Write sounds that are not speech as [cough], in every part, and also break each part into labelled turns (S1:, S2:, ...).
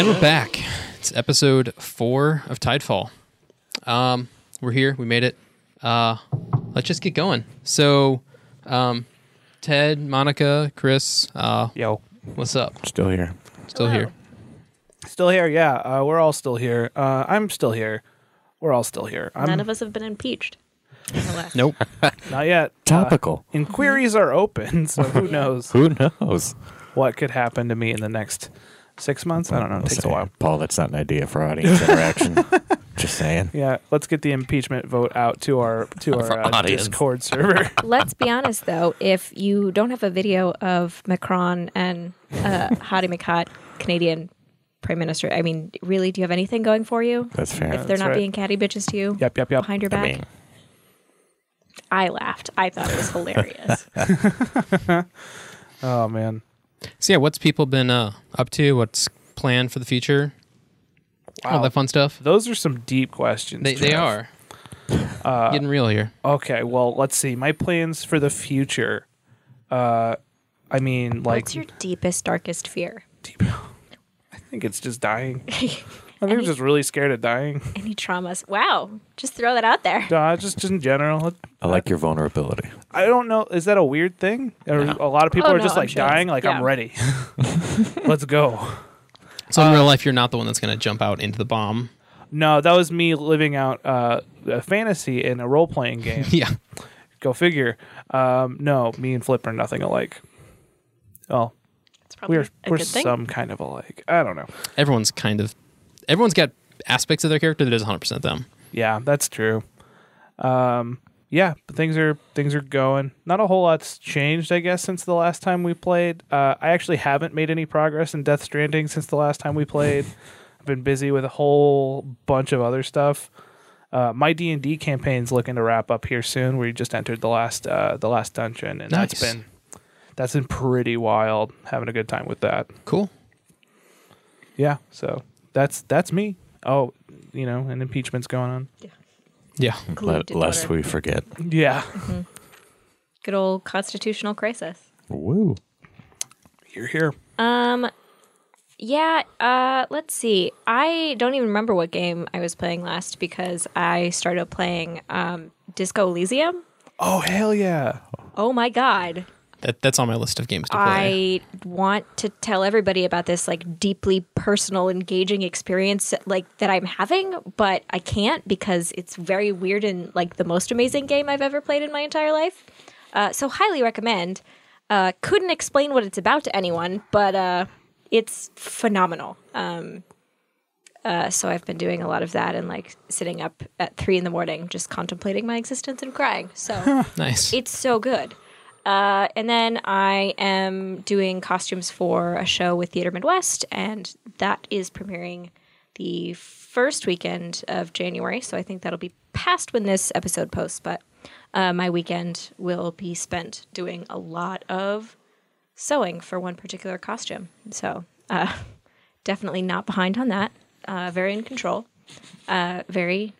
S1: We're back. It's episode four of Tidefall. Um, we're here. We made it. Uh, let's just get going. So, um, Ted, Monica, Chris, uh,
S2: Yo,
S1: what's up?
S3: Still here.
S1: Still here.
S2: still here? Yeah, uh, we're all still here. Uh, I'm still here. We're all still here. I'm
S4: None of us have
S2: [laughs]
S4: been impeached. Relax.
S1: Nope.
S2: not yet.
S3: Topical.
S2: Uh, inquiries are open, [laughs] so who knows
S3: Who knows?
S2: what could happen to me in the next six months? I don't know. It takes a
S3: Saying.
S2: while.
S3: Paul, that's not an idea for audience
S4: [laughs]
S3: interaction. Just saying.
S2: Yeah, let's get the impeachment vote out to our [laughs] to
S3: Our
S2: our uh,
S3: audience.
S2: Discord server.
S4: Let's be honest, though. If you don't have a video of Macron and uh,
S2: [laughs]
S4: Hadi Makat, Canadian Prime Minister, I mean, really, do you have anything going for you?
S3: That's fair.
S4: If they're
S2: that's
S4: not
S2: right.
S4: being catty bitches to you
S2: [laughs] yep, yep, yep.
S4: behind your
S3: I
S4: back,
S3: mean,
S4: I laughed. I thought
S2: [laughs]
S4: it was hilarious.
S2: Oh man,
S1: So yeah, what's people been uh, up to? What's planned for the future? All
S2: Wow.
S1: that fun stuff.
S2: those are some deep questions.
S1: They, they
S2: Trev.
S1: are getting real here.
S2: Okay, well, let's see. My plans for the future. Uh, I mean, like,
S4: What's your deepest, darkest fear?
S2: I think it's just
S4: [laughs]
S2: dying. I think I'm
S4: any,
S2: just really scared of dying.
S4: any traumas? Wow. Just throw that out there.
S2: Nah, just just in general.
S3: I like your vulnerability.
S2: I don't know. Is that a weird thing? Or A lot of people
S4: Oh,
S2: are
S4: no,
S2: just
S4: I'm
S2: like
S4: sure.
S2: dying. Like
S4: Yeah.
S2: I'm [laughs] ready. Let's go.
S1: So in real life, you're not the one that's going to jump out into the bomb. [laughs]
S2: No, that was me living out uh, a fantasy in a role playing [laughs] game.
S1: Yeah.
S2: go figure. Um, no, me and Flip are nothing alike. Well,
S4: It's probably
S2: we're
S4: a
S2: we're
S4: good thing.
S2: some kind of alike. I don't know.
S1: Everyone's kind of. Everyone's got aspects of their character that is 100% them.
S2: Yeah, that's true. Um, yeah, but things are things are going. Not a whole lot's changed, I guess, since the last time we played. Uh, I actually haven't made any progress in Death Stranding since the last time we played. I've been busy with a whole bunch of other stuff. Uh, my D and D campaign's looking to wrap up here soon. We just entered the last uh, the last dungeon, and that's
S1: Nice.
S2: been that's been pretty wild. Having a good time with that.
S1: Cool.
S2: Yeah, so that's that's me. Oh, you know, an impeachment's going on.
S1: Yeah.
S4: Glued to
S3: lest
S4: Twitter.
S3: we forget.
S2: Yeah.
S4: Good old constitutional crisis.
S3: Woo.
S2: You're here.
S4: Um, yeah. Uh, let's see. I don't even remember what game I was playing last because I started playing um, Disco Elysium.
S2: Oh hell yeah!
S4: Oh my god!
S1: That, that's on my list of games to play.
S4: I want to tell everybody about this like deeply personal, engaging experience like that I'm having, but I can't because it's very weird and like the most amazing game I've ever played in my entire life. Uh, so highly recommend. Uh, couldn't explain what it's about to anyone, but uh, it's phenomenal. Um, uh, so I've been doing a lot of that and like sitting up at three in the morning, just contemplating my existence and crying.
S1: [laughs]
S4: So.
S1: nice.
S4: It's so good. Uh, and then I am doing costumes for a show with Theater Midwest, and that is premiering the first weekend of January. So I think that'll be past when this episode posts, but uh, my weekend will be spent doing a lot of sewing for one particular costume. So uh, [laughs] definitely not behind on that. Uh, very in control. Uh, very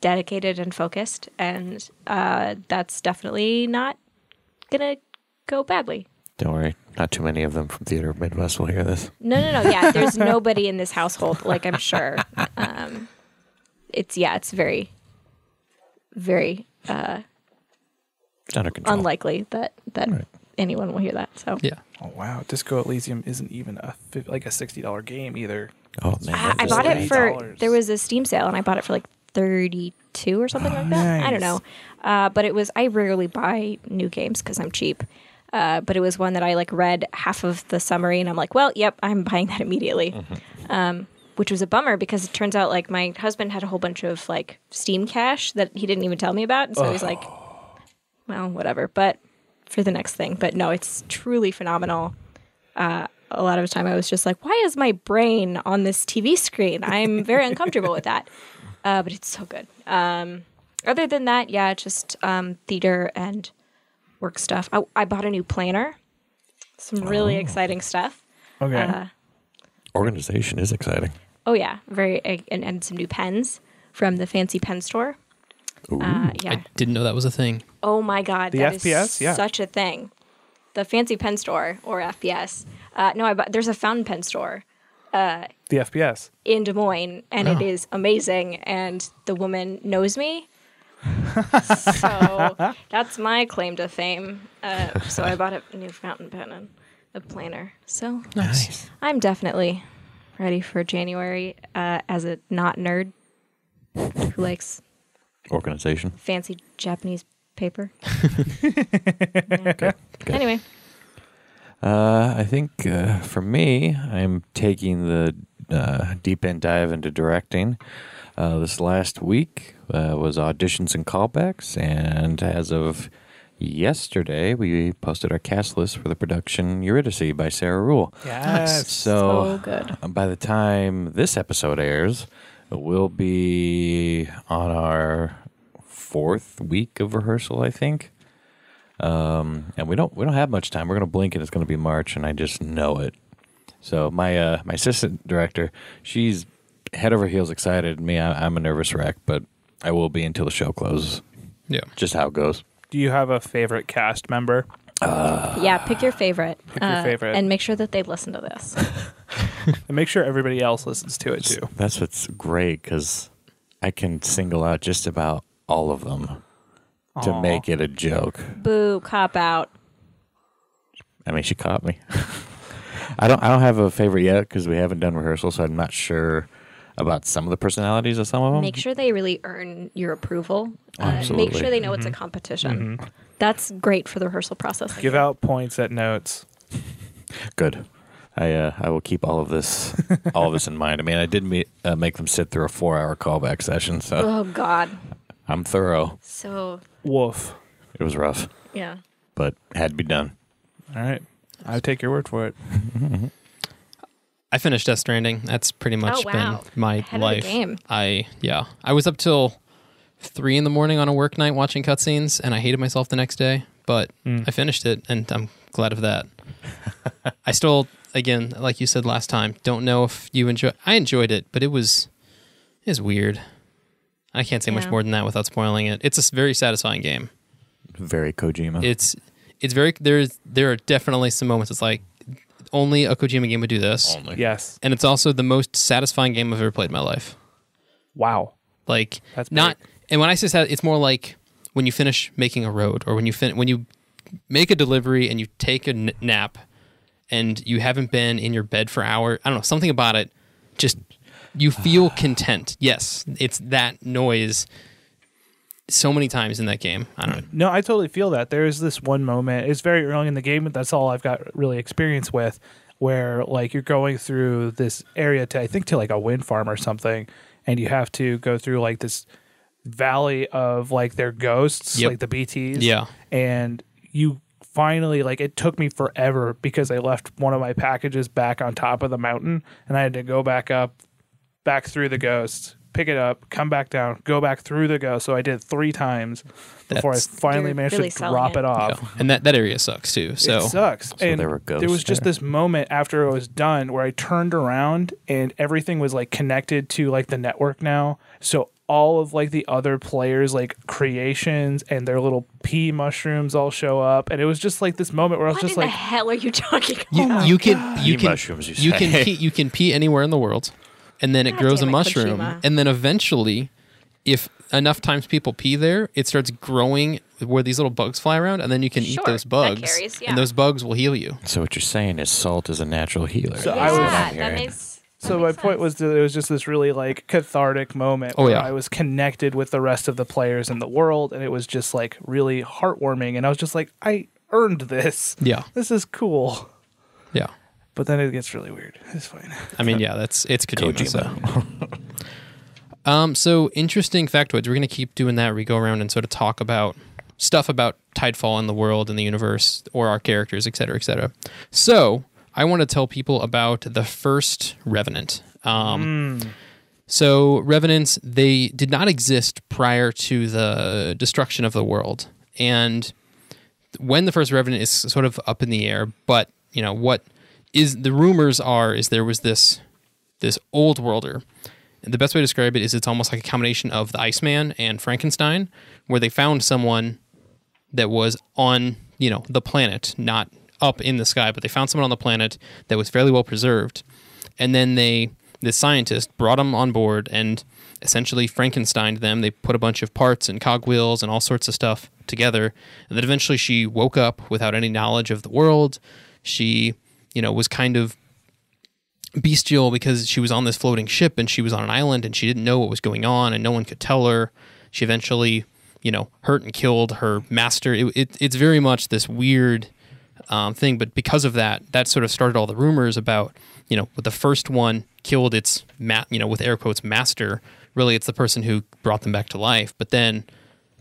S4: dedicated and focused, and uh, that's definitely not gonna go badly.
S3: Don't worry. Not too many of them from Theater Midwest will hear this.
S4: No, no, no. Yeah, there's nobody in this household. Like I'm sure, um, it's yeah, it's very, very
S3: It's under control.
S4: unlikely that that anyone will hear that. So
S1: yeah.
S2: Oh wow, Disco Elysium isn't even a fi- like a sixty dollar game either.
S3: oh, man.
S4: I, I
S3: that's
S4: bought it
S3: great.
S4: for
S2: $80.
S4: there was a Steam sale, and I bought it for like thirty two or something like that. I don't know,
S2: nice.
S4: uh, but it was I rarely buy new games because I'm cheap. Uh, but it was one that I like read half of the summary, and I'm like, well, yep, I'm buying that immediately. Um, which was a bummer because it turns out like my husband had a whole bunch of like Steam cash that he didn't even tell me about, and so I was like, well, whatever. But for the next thing, but no, it's truly phenomenal a lot of time I was just like, why is my brain on this TV screen? I'm very uncomfortable
S2: [laughs]
S4: with that. Uh, but it's so good. Um, other than that, yeah, just um, theater and work stuff. I, I bought a new planner, some really exciting stuff.
S2: Oh.
S4: Uh,
S2: Okay.
S4: Uh-huh.
S3: Organization is exciting.
S4: Oh, yeah, very, and, and some new pens from the fancy pen store. Uh, yeah.
S1: I didn't know that was a thing.
S4: Oh my God,
S2: The
S4: that is
S2: FPS? Yeah.
S4: such a thing. The fancy pen store or FPS. Uh, no, I bought, there's a fountain pen store
S2: the FPS.
S4: in Des Moines, and
S2: Oh.
S4: it is amazing. And the woman knows
S2: [laughs]
S4: me. so that's my claim to fame. Uh, so I bought a new fountain pen and a planner. So
S1: Nice.
S4: I'm definitely ready for January uh, as a not nerd who likes
S3: Organization.
S4: fancy Japanese paper.
S3: Good. Good.
S4: Anyway,
S3: Uh, I think uh, for me, I'm taking the uh, deep end dive into directing. Uh, this last week uh, was auditions and callbacks, and as of yesterday, we posted our cast list for the production Eurydice by Sarah Rule.
S2: Yes.
S3: So,
S4: so good.
S3: Uh, by the time this episode airs, we'll be on our fourth week of rehearsal, I think. Um, and we don't we don't have much time. We're gonna blink and it's gonna be March, and I just know it. So my uh, my assistant director, she's head over heels excited. Me, I, I'm a nervous wreck, but I will be until the show closes.
S1: Yeah.
S3: Just how it goes.
S2: Do you have a favorite cast member?
S4: yeah, pick your favorite.
S2: [sighs]
S4: uh,
S2: Pick your favorite.
S4: and make sure that they listen to this.
S2: And make sure everybody else listens to it too.
S3: That's what's great because I can single out just about all of them to make it a joke.
S4: Boo, cop out.
S3: I mean, she caught me. [laughs] I don't. I don't have a favorite yet because we haven't done rehearsal, so I'm not sure about some of the personalities of some of them.
S4: make sure they really earn your approval. Uh, make
S3: Absolutely.
S4: sure they know it's a competition. That's great for the rehearsal process.
S2: Mm-hmm. Give out points at notes.
S3: Good. I uh, I will keep all of
S4: [laughs]
S3: this all of this in mind. I mean, I did me uh, make them sit through a four hour callback session,
S2: Uh,
S3: so
S4: oh God,
S3: I'm thorough.
S4: so
S2: Woof.
S3: It was rough,
S4: yeah,
S3: but had to be done. [laughs]
S2: All right. I take your word for it.
S1: I finished Death Stranding. That's pretty much
S4: Oh, wow.
S1: been my
S4: Ahead of the
S1: life.
S4: game.
S1: I yeah. I was up till three in the morning on a work night watching cutscenes, and I hated myself the next day. But I finished it, and I'm glad of [laughs] that. I still, again, like you said last time, don't know if you enjoy. I enjoyed it, but it was it was weird. I can't say much
S4: Yeah.
S1: more than that without spoiling it. It's a s- very satisfying game
S3: Very Kojima.
S1: it's it's very there's there are definitely some moments it's like only a Kojima game would do this.
S3: Only.
S2: Yes.
S1: And it's also the most satisfying game I've ever played in my life.
S2: Wow.
S1: Like
S2: That's
S1: not and when I say that it's more like when you finish making a road or when you fin- when you make a delivery and you take a n- nap and you haven't been in your bed for hour, I don't know, something about it just you feel content. Yes, it's that noise so many times in that game. I don't know.
S2: No, I totally feel that. There is this one moment. It's very early in the game, but that's all I've got really experience with. Where like you're going through this area to I think to like a wind farm or something, and you have to go through like this valley of like their ghosts,
S1: Yep.
S2: like the BTS.
S1: Yeah.
S2: and you finally like it took me forever because I left one of my packages back on top of the mountain, and I had to go back up back through the ghost, pick it up, come back down, go back through the ghost. So I did it three times before
S1: That's-
S2: I finally
S4: You're
S2: managed
S4: really
S2: to
S4: selling
S2: drop
S4: it.
S2: it, off.
S1: And that that area sucks too. So
S2: it sucks. and
S3: there were ghosts
S2: there was just
S3: there?
S2: this moment after it was done where I turned around and everything was like connected to like the network now. So all of like the other players like creations and their little pea mushrooms all show up and it was just like this moment where I was
S4: what
S2: just
S4: in
S2: like
S4: the hell are you [laughs] talking
S1: You,
S4: about?
S1: you can you
S3: Pea
S1: can
S3: mushrooms, you
S1: can
S3: say.
S1: pee, you can pee anywhere in the world, and then it
S4: God
S1: grows a
S4: damn it,
S1: mushroom,
S4: Kojima.
S1: and then eventually, if enough times people pee there, it starts growing where these little bugs fly around, and then you can eat
S4: Sure,
S1: those
S4: that
S1: bugs,
S4: carries, yeah.
S1: and those bugs will heal you.
S3: So what you're saying is salt is a natural healer.
S2: So
S4: yeah,
S2: I was-
S4: that makes. that
S2: so my
S4: makes
S2: point
S4: sense.
S2: was that it was just this really like cathartic moment
S1: Oh,
S2: where
S1: yeah.
S2: I was connected with the rest of the players in the world and it was just like really heartwarming and I was just like I earned this.
S1: Yeah,
S2: This is cool.
S1: yeah.
S2: But then it gets really weird. It's fine.
S1: I mean, yeah, that's it's Kojima. so. [laughs] um, so interesting factoids. We're gonna keep doing that. We go around and sort of talk about stuff about Tidefall and the world and the universe, or our characters, et cetera, et cetera. So I want to tell people about the first Revenant. Um, So Revenants they did not exist prior to the destruction of the world, and when the first revenant is sort of up in the air but you know what is the rumors are is there was this this old worlder and the best way to describe it is it's almost like a combination of the iceman and frankenstein where they found someone that was on you know the planet not up in the sky but they found someone on the planet that was fairly well preserved and then they the scientist brought them on board and essentially Frankensteined them. They put a bunch of parts and cogwheels and all sorts of stuff together, and then eventually she woke up without any knowledge of the world. She, you know, was kind of bestial because she was on this floating ship and she was on an island and she didn't know what was going on and no one could tell her. She eventually, you know, hurt and killed her master. It, it, it's very much this weird um, thing, but because of that, that sort of started all the rumors about, you know, with the first one killed its, ma- you know, with air quotes, master. Really, it's the person who brought them back to life, but then,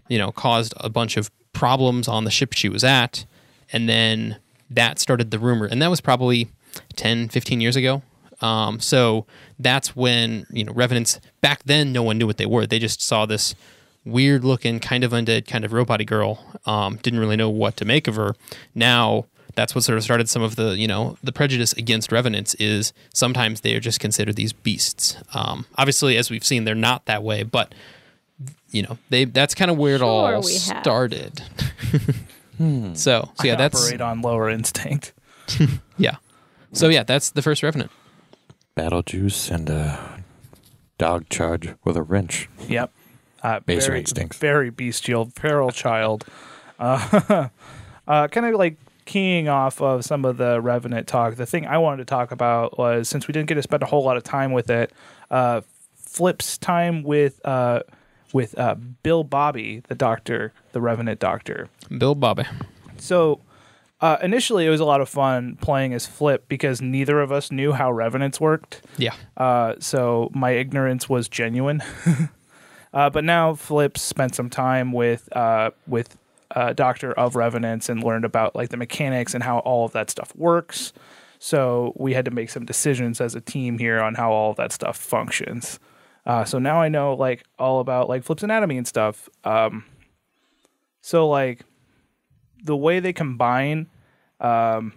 S1: you know, caused a bunch of problems on the ship she was at. And then that started the rumor. And that was probably 10, 15 years ago. Um, so that's when, you know, Revenants back then, no one knew what they were. They just saw this weird looking, kind of undead, kind of robot girl. Um, didn't really know what to make of her. Now, that's what sort of started some of the, you know, the prejudice against Revenants is sometimes they are just considered these beasts. Um, obviously, as we've seen, they're not that way, but, you know, they that's kind of where it
S4: Sure
S1: all
S4: we have.
S2: [laughs]
S1: started. [laughs] So, so yeah,
S2: Hmm. I
S1: that's
S2: operate on lower instinct. [laughs]
S1: yeah. So yeah, that's the first Revenant.
S3: Battle juice and a dog charge with a wrench.
S2: Yep. Uh,
S3: Basic
S2: very,
S3: instincts.
S2: Very bestial, feral child. Uh, [laughs] uh, kind of like keying off of some of the Revenant talk, the thing I wanted to talk about was since we didn't get to spend a whole lot of time with it, uh, Flip's time with uh, with uh, Bill Bobby, the doctor, the Revenant doctor.
S1: Bill Bobby.
S2: So uh, initially, it was a lot of fun playing as Flip because neither of us knew how Revenants worked.
S1: Yeah.
S2: Uh, so my ignorance was genuine. [laughs] uh, but now Flip spent some time with uh, with uh, Doctor of Revenants and learned about like the mechanics and how all of that stuff works. So we had to make some decisions as a team here on how all of that stuff functions. Uh, so now I know like all about like Flip's anatomy and stuff. Um, so like the way they combine um,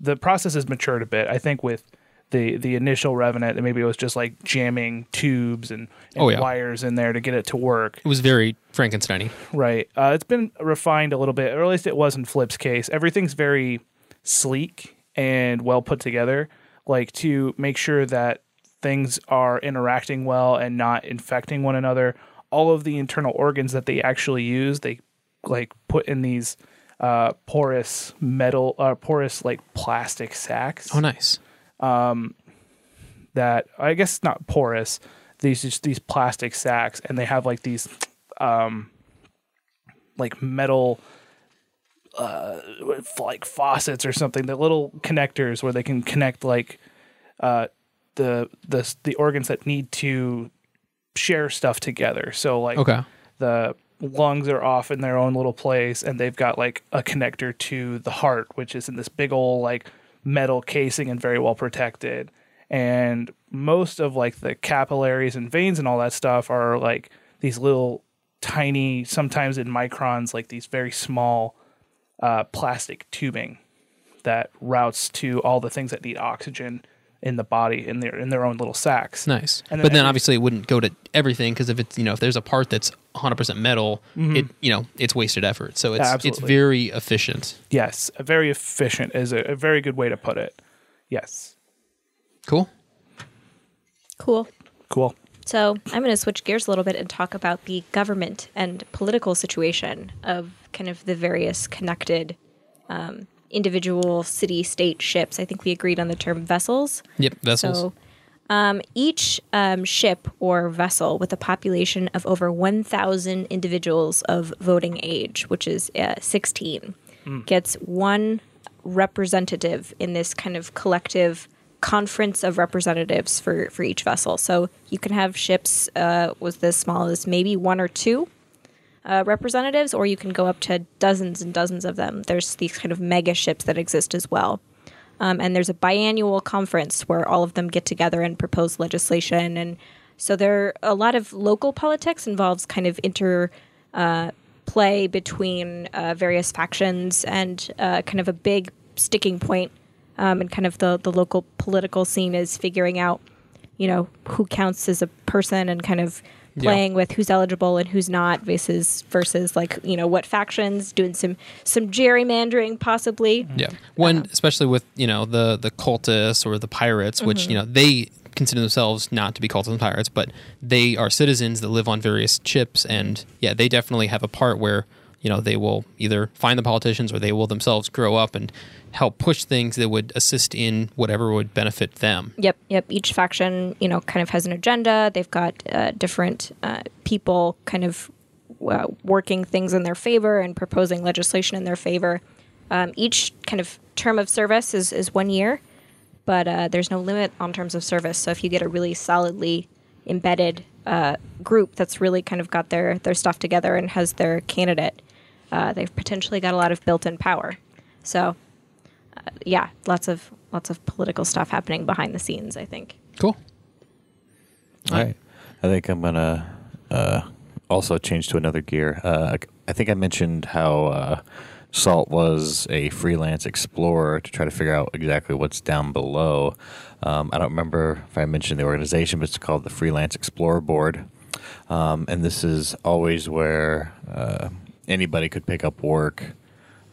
S2: the process has matured a bit. I think with the the initial Revenant, maybe it was just like jamming tubes and, and
S1: Oh, yeah.
S2: wires in there to get it to work.
S1: It was very Frankenstein-y.
S2: Right. Uh, it's been refined a little bit, or at least it was in Flip's case. Everything's very sleek and well put together, like to make sure that things are interacting well and not infecting one another. All of the internal organs that they actually use, they like put in these uh, porous metal, uh, porous like plastic sacks
S1: Oh, nice.
S2: that I guess it's not porous. These just these plastic sacks, and they have like these, um, like metal, uh, f- like faucets or something. The little connectors where they can connect like, uh, the the the organs that need to share stuff together. So like,
S1: Okay.
S2: the lungs are off in their own little place and they've got like a connector to the heart which is in this big old like metal casing and very well protected and most of like the capillaries and veins and all that stuff are like these little tiny sometimes in microns like these very small uh, plastic tubing that routes to all the things that need oxygen in the body in their in their own little sacks
S1: Nice.
S2: And then
S1: but then
S2: every-
S1: obviously it wouldn't go to everything because if it's you know if there's a part that's 100% metal, it you know it's wasted effort. So it's it's
S2: Mm-hmm. Absolutely.
S1: very efficient.
S2: yes a very efficient is a, a very good way to put it yes
S1: Cool.
S4: Cool.
S2: Cool.
S4: So I'm going to switch gears a little bit and talk about the government and political situation of kind of the various connected um, individual city state ships. I think we agreed on the term vessels.
S1: Yep. Vessels.
S4: So um, each um, ship or vessel with a population of over 1,000 individuals of voting age, which is uh, 16, gets one representative in this kind of collective conference of representatives for, for each vessel. So you can have ships uh, with as small as maybe one or two uh, representatives, or you can go up to dozens and dozens of them. There's these kind of mega ships that exist as well. Um, and there's a biannual conference where all of them get together and propose legislation. And so there a lot of local politics involves kind of interplay between uh, various factions and uh, kind of a big sticking point. Um, and kind of the, the local political scene is figuring out, you know, who counts as a person and kind of playing with who's eligible and who's not versus versus like you know what factions doing some some gerrymandering possibly
S1: Yeah. When especially with, you know, the the cultists or the pirates, which, you know, they consider themselves not to be cultists and pirates, but they are citizens that live on various chips and yeah, they definitely have a part where, you know, they will either find the politicians or they will themselves grow up and help push things that would assist in whatever would benefit them.
S4: Yep, yep. Each faction, you know, kind of has an agenda. They've got uh, different uh, people kind of uh, working things in their favor and proposing legislation in their favor. Um, each kind of term of service is, is one year, but uh, there's no limit on terms of service. So if you get a really solidly embedded uh, group that's really kind of got their, their stuff together and has their candidate, uh, they've potentially got a lot of built in power. So yeah, lots of lots of political stuff happening behind the scenes. I think.
S1: Cool.
S3: All right. I think I'm gonna uh, also change to another gear. Uh, I think I mentioned how uh, Salt was a freelance explorer to try to figure out exactly what's down below. Um, I don't remember if I mentioned the organization, but it's called the Freelance Explorer Board, um, and this is always where uh, anybody could pick up work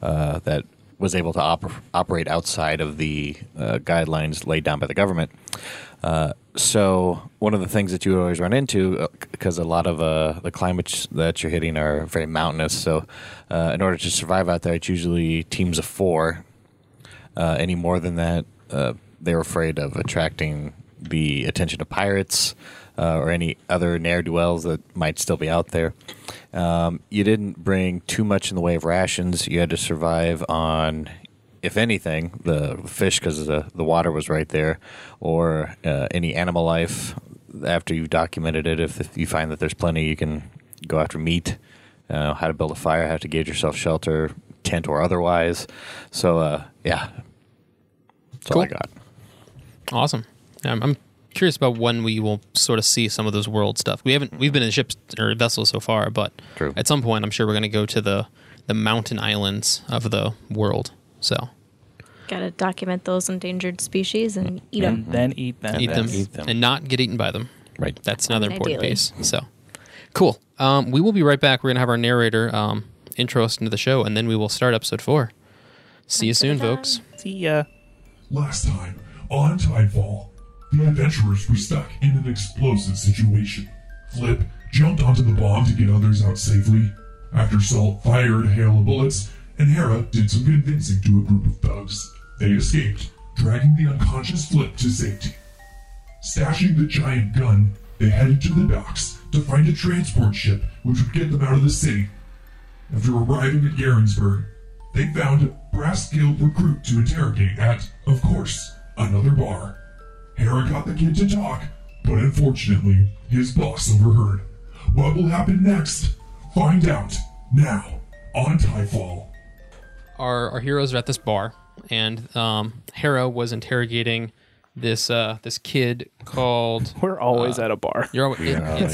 S3: uh, that was able to op- operate outside of the uh, guidelines laid down by the government. Uh, so one of the things that you would always run into, because a lot of uh, the climates that you're hitting are very mountainous, so uh, in order to survive out there, it's usually teams of four. Uh, any more than that, uh, they're afraid of attracting the attention of pirates uh, or any other ne'er do wells that might still be out there. Um, you didn't bring too much in the way of rations. You had to survive on, if anything, the fish because the, the water was right there, or uh, any animal life. After you've documented it, if, if you find that there's plenty, you can go after meat, uh, how to build a fire, how to gauge yourself shelter, tent or otherwise. So, uh, yeah. That's all I
S1: Cool.
S3: got.
S1: Awesome. I'm, I'm curious about when we will sort of see some of this world stuff. We haven't we've been in ships or vessels so far, but
S3: True.
S1: at some point I'm sure we're going to go to the the mountain islands of the world. So
S4: Got to document those endangered species and eat
S2: and
S4: them.
S2: then eat them.
S1: Mm-hmm. eat
S3: then
S1: them,
S3: eat them.
S1: and not get eaten by them.
S3: Right.
S1: That's another
S4: mean,
S1: important
S4: ideally.
S1: piece. So cool. Um, we will be right back. We're going to have our narrator um, intro us into the show, and then we will start episode four. See you soon, folks.
S2: See ya.
S5: Last time on Tidefall, the adventurers were stuck in an explosive situation. Flip jumped onto the bomb to get others out safely. After Salt fired a hail of bullets, and Hera did some convincing to a group of thugs, they escaped, dragging the unconscious Flip to safety. Stashing the giant gun, they headed to the docks to find a transport ship which would get them out of the city after arriving at Yarensburg, they found a Brass Guild recruit to interrogate at, of course, another bar. Hera got the kid to talk, but unfortunately, his boss overheard. What will happen next? Find out now on Tyfall.
S1: our our heroes are at this bar, and um, Hera was interrogating this uh, this kid called.
S2: We're always
S1: Ah,
S2: at a bar.
S1: You're always,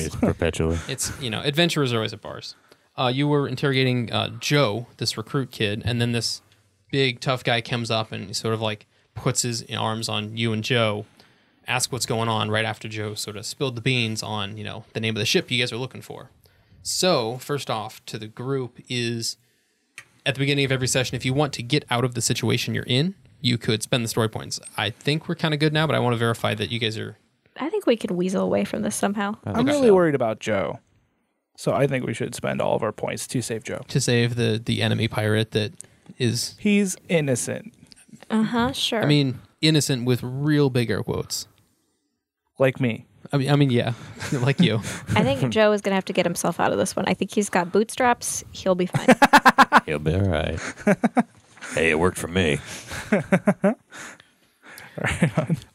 S1: it's,
S3: [laughs] perpetually.
S1: it's you know adventurers are always at bars. Uh, you were interrogating uh, Joe, this recruit kid, and then this big tough guy comes up and he sort of like puts his arms on you and Joe, ask what's going on right after Joe sort of spilled the beans on you know the name of the ship you guys are looking for. So first off, to the group is at the beginning of every session, if you want to get out of the situation you're in, you could spend the story points. I think we're kind of good now, but I want to verify that you guys are.
S4: I think we could weasel away from this somehow.
S2: I'm really worried about Joe. So I think we should spend all of our points to save Joe.
S1: To save the the enemy pirate that is
S2: He's innocent.
S4: Uh huh. Sure.
S1: I mean, innocent with real big air quotes.
S2: Like me.
S1: I mean, I mean, yeah, [laughs] like you.
S4: I think Joe is gonna have to get himself out of this one. I think he's got bootstraps. He'll be fine.
S3: He'll be all [laughs] right. hey, it worked for me.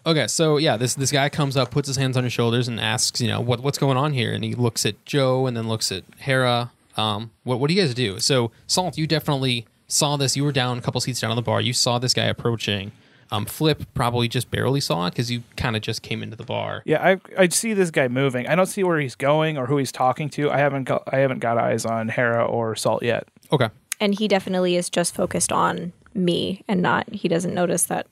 S1: Okay, so yeah, this this guy comes up, puts his hands on your shoulders, and asks, you know, what what's going on here? And he looks at Joe, and then looks at Hera. Um, what what do you guys do? So Salt, you definitely saw this. You were down a couple seats down on the bar. You saw this guy approaching. Um, Flip probably just barely saw it because you kind of just came into the bar.
S2: Yeah, I I see this guy moving. I don't see where he's going or who he's talking to. I haven't got I haven't got eyes on Hera or Salt yet.
S1: Okay,
S4: and he definitely is just focused on me and not. He doesn't notice that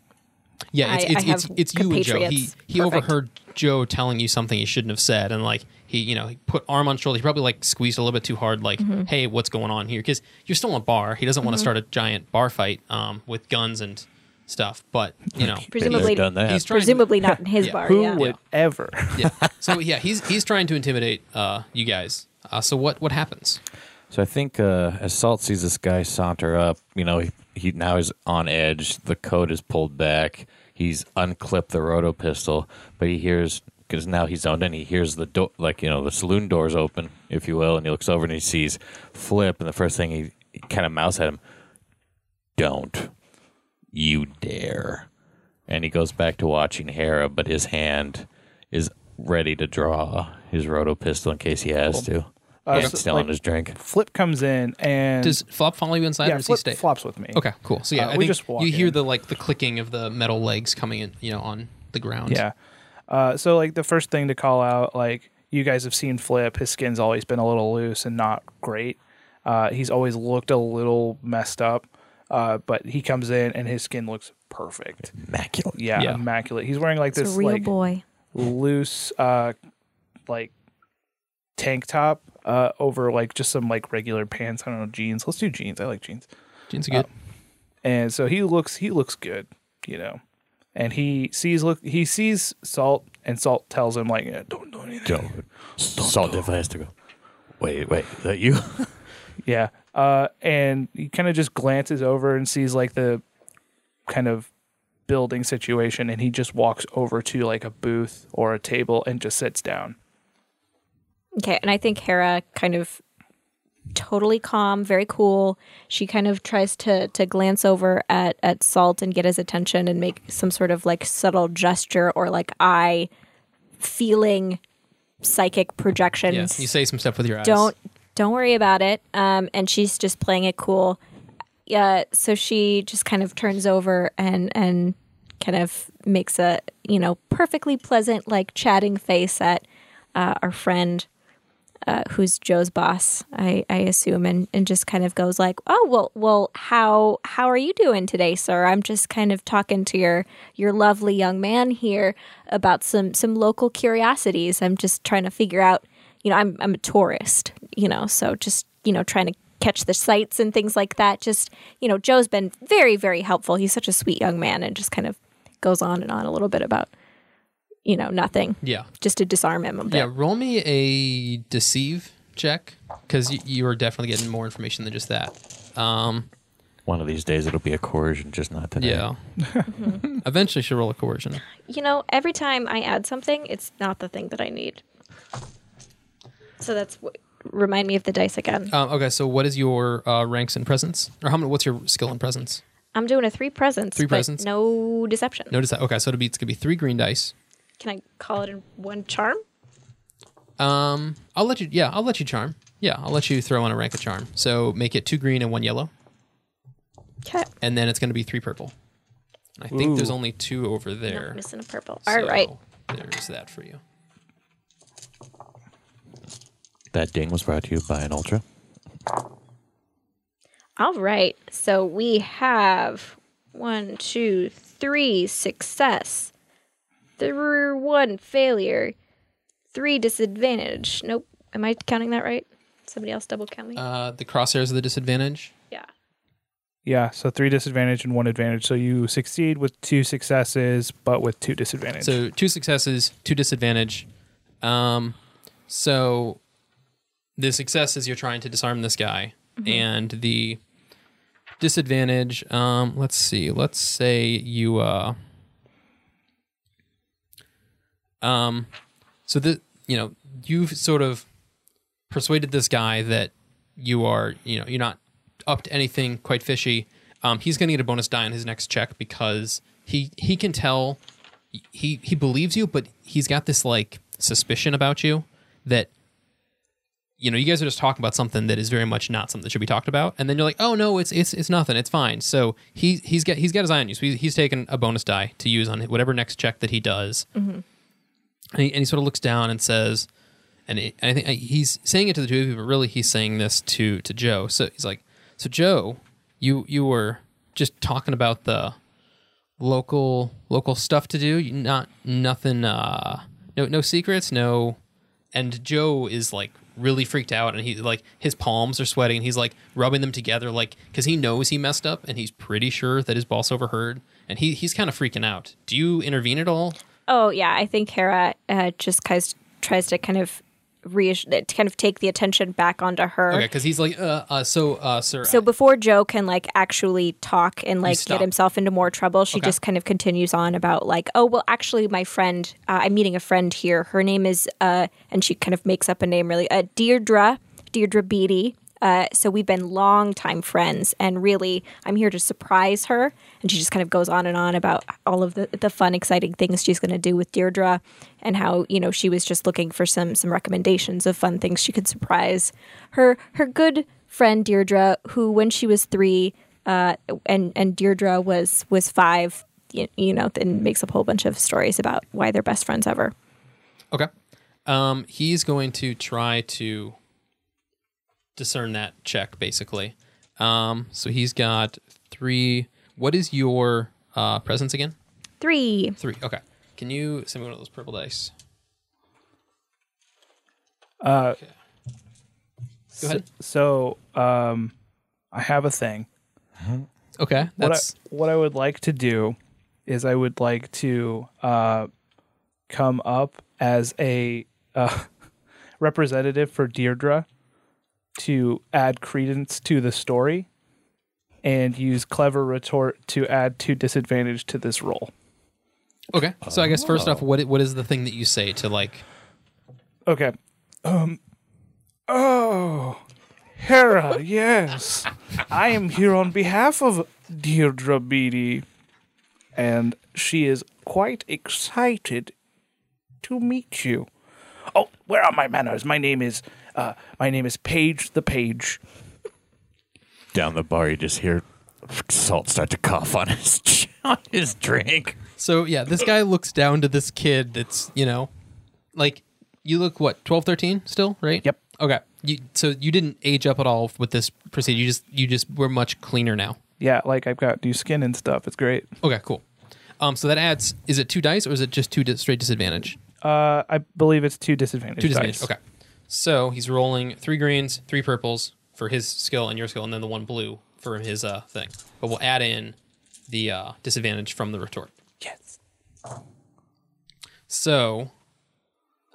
S1: Yeah, it's
S4: I-
S1: it's
S4: I
S1: it's,
S4: have
S1: it's you and Joe. He
S4: compatriots.
S1: he
S4: Perfect.
S1: overheard Joe telling you something he shouldn't have said, and like he you know he put arm on shoulder. He probably like squeezed a little bit too hard. Like,
S4: Mm-hmm.
S1: hey, what's going on here? Because you're still in a bar. He doesn't want to start a giant bar fight um, with guns and stuff. But you know,
S4: Presumably,
S3: done that.
S1: he's trying.
S4: presumably not in his
S1: Yeah.
S4: bar.
S2: Who
S4: yeah.
S2: would ever?
S1: yeah. So yeah, he's he's trying to intimidate uh, you guys. Uh, so what what happens?
S3: So I think uh, as Salt sees this guy saunter up, you know, he, he now is on edge. The coat is pulled back. He's unclipped the roto pistol, but he hears because now he's zoned in. He hears the door, like you know, the saloon doors open, if you will, and he looks over and he sees Flip, and the first thing he, he kind of mouths at him, "Don't you dare!" And he goes back to watching Hera, but his hand is ready to draw his roto pistol in case he has to.
S2: Uh,
S3: yeah,
S2: so,
S3: still
S2: like-
S3: on his drink.
S2: Flip comes in and
S1: Does Flop follow you inside, or
S2: yeah,
S1: does
S2: Flip
S1: he stay?
S2: flops with me.
S1: Okay, cool. So yeah,
S2: Uh,
S1: I
S2: we
S1: think
S2: just walk
S1: you hear
S2: in.
S1: the like the clicking of the metal legs coming in, you know, on the ground.
S2: Yeah. Uh, so like the first thing to call out, like you guys have seen Flip, his skin's always been a little loose and not great. Uh, he's always looked a little messed up, uh, but he comes in and his skin looks perfect.
S3: immaculate.
S2: Yeah,
S1: Yeah.
S2: immaculate. He's wearing like
S4: It's
S2: this
S4: a real
S2: like
S4: boy.
S2: loose uh, like tank top uh, over like just some like regular pants. I don't know jeans. Let's do jeans. I like jeans.
S1: Jeans are good.
S2: and so he looks he looks good you know and he sees look he sees salt and salt tells him like "Yeah, don't do anything
S3: Don't. Salt definitely has to go. Wait, wait, is that you? [laughs]
S2: yeah uh and he kind of just glances over and sees like the kind of building situation and he just walks over to like a booth or a table and just sits down
S4: Okay, and I think Hera kind of totally calm, very cool. She kind of tries to to glance over at at Salt and get his attention and make some sort of like subtle gesture or like eye feeling psychic projections.
S1: Yeah, you say some stuff with your eyes.
S4: don't don't worry about it. Um, and she's just playing it cool. Yeah, so she just kind of turns over and and kind of makes a you know perfectly pleasant like chatting face at uh, our friend uh, who's Joe's boss, I, I assume, and, and just kind of goes like, oh well well how how are you doing today, sir? I'm just kind of talking to your your lovely young man here about some some local curiosities. I'm just trying to figure out, you know, I'm I'm a tourist, you know, so just you know trying to catch the sights and things like that. Just you know, Joe's been very very helpful. He's such a sweet young man, and just kind of goes on and on a little bit about you know nothing,
S1: Yeah.
S4: just to disarm him a bit.
S1: Yeah, roll me a deceive check because you, you are definitely getting more information than just that. Um,
S3: One of these days it'll be a coercion, just not today.
S1: yeah. [laughs] Eventually, she'll roll a coercion.
S4: You know, every time I add something, it's not the thing that I need. So that's w- remind me of the dice again.
S1: Um, okay, so what is your uh, ranks and presence, or how many? What's your skill and presence?
S4: I'm doing a three presents.
S1: Three
S4: but
S1: presents?
S4: No deception.
S1: Notice that. Okay, so it'll be it's gonna be three green dice.
S4: Can I call it in one charm?
S1: Um, I'll let you. Yeah, I'll let you charm. Yeah, I'll let you throw in a rank of charm. So make it two green and one yellow,
S4: Okay.
S1: and then it's gonna be three purple. I think there's only two over there.
S4: Missing a purple. All right.
S1: So There's that for you.
S3: That ding was brought to you by an ultra.
S4: All right. So we have one, two, three success, through one failure, three disadvantage. Nope. Am I counting that right? Somebody else double count me?
S1: Uh, the crosshairs of the disadvantage.
S4: yeah.
S2: yeah so three disadvantage and one advantage so you succeed with two successes but with two disadvantages
S1: So two successes, two disadvantage. Um, so the success is you're trying to disarm this guy, and the disadvantage. Um, let's see. Let's say you. Uh, um, so the you know you've sort of persuaded this guy that you are you know you're not up to anything quite fishy. Um, he's going to get a bonus die on his next check because he he can tell he he believes you, but he's got this like suspicion about you that you know you guys are just talking about something that is very much not something that should be talked about, and then you're like, oh no, it's it's it's nothing, it's fine. So he he's got he's got his eye on you. So he's, he's taken a bonus die to use on whatever next check that he does, and, he, and he sort of looks down and says, and it, I think uh, he's saying it to the two of you, but really he's saying this to to Joe. So he's like, so Joe, you you were just talking about the local local stuff to do. You- Not nothing. Uh, no no secrets. No. And Joe is like really freaked out, and he like his palms are sweating, and he's like rubbing them together, like because he knows he messed up, and he's pretty sure that his boss overheard, and he he's kind of freaking out. Do you intervene at all?
S4: Oh yeah, I think Hera uh, just tries, tries to kind of reassure, to kind of take the attention back onto her.
S1: Okay, because he's like, uh, uh so uh, sir.
S4: So before Joe can like actually talk and like
S1: stop.
S4: get himself into more trouble, she
S1: Okay.
S4: just kind of continues on about like, oh well, actually, my friend, uh, I'm meeting a friend here. Her name is, uh, and she kind of makes up a name really, uh, Deirdre, Deirdre Beatty. Uh, so we've been longtime friends, and really, I'm here to surprise her. And she just kind of goes on and on about all of the, the fun, exciting things she's going to do with Deirdre, and how you know she was just looking for some some recommendations of fun things she could surprise her her good friend Deirdre, who when she was three, uh, and and Deirdre was was five, you, you know, and makes up a whole bunch of stories about why they're best friends ever.
S1: Okay. Um, he's going to try to discern that check, basically. Um, so he's got three. What is your uh, presence again?
S4: Three.
S1: Three. Okay. Can you send me one of those purple dice?
S2: Uh,
S1: Go ahead.
S2: So um, I have a thing.
S1: Okay.
S2: What I,
S1: That's
S2: what I would like to do is I would like to uh, come up as a uh, [laughs] representative for Deirdre to add credence to the story and use clever retort to add to disadvantage to this roll.
S1: okay. So I guess first off, what i- what is the thing that you say to like?
S2: Okay. Um. Oh, Hera. Yes, I am here on behalf of Deirdre Beatty, and she is quite excited to meet you. Oh, where are my manners? My name is, uh, my name is Page the Page.
S3: Down the bar, you just hear Salt start to cough on his [laughs] on his drink.
S1: So yeah, this guy looks down to this kid that's you know, like you look what 12, 13 still right?
S2: Yep.
S1: Okay. You, so you didn't age up at all with this procedure. You just you just we're much cleaner now.
S2: Yeah, like I've got new skin and stuff. It's great.
S1: Okay, cool. Um, so that adds is it two dice or is it just two di- straight disadvantage?
S2: Uh, I believe it's two disadvantage.
S1: Two disadvantage.
S2: dice.
S1: Okay. So he's rolling three greens, three purples for his skill and your skill, and then the one blue for his uh thing. But we'll add in the uh, disadvantage from the retort.
S2: Yes.
S1: So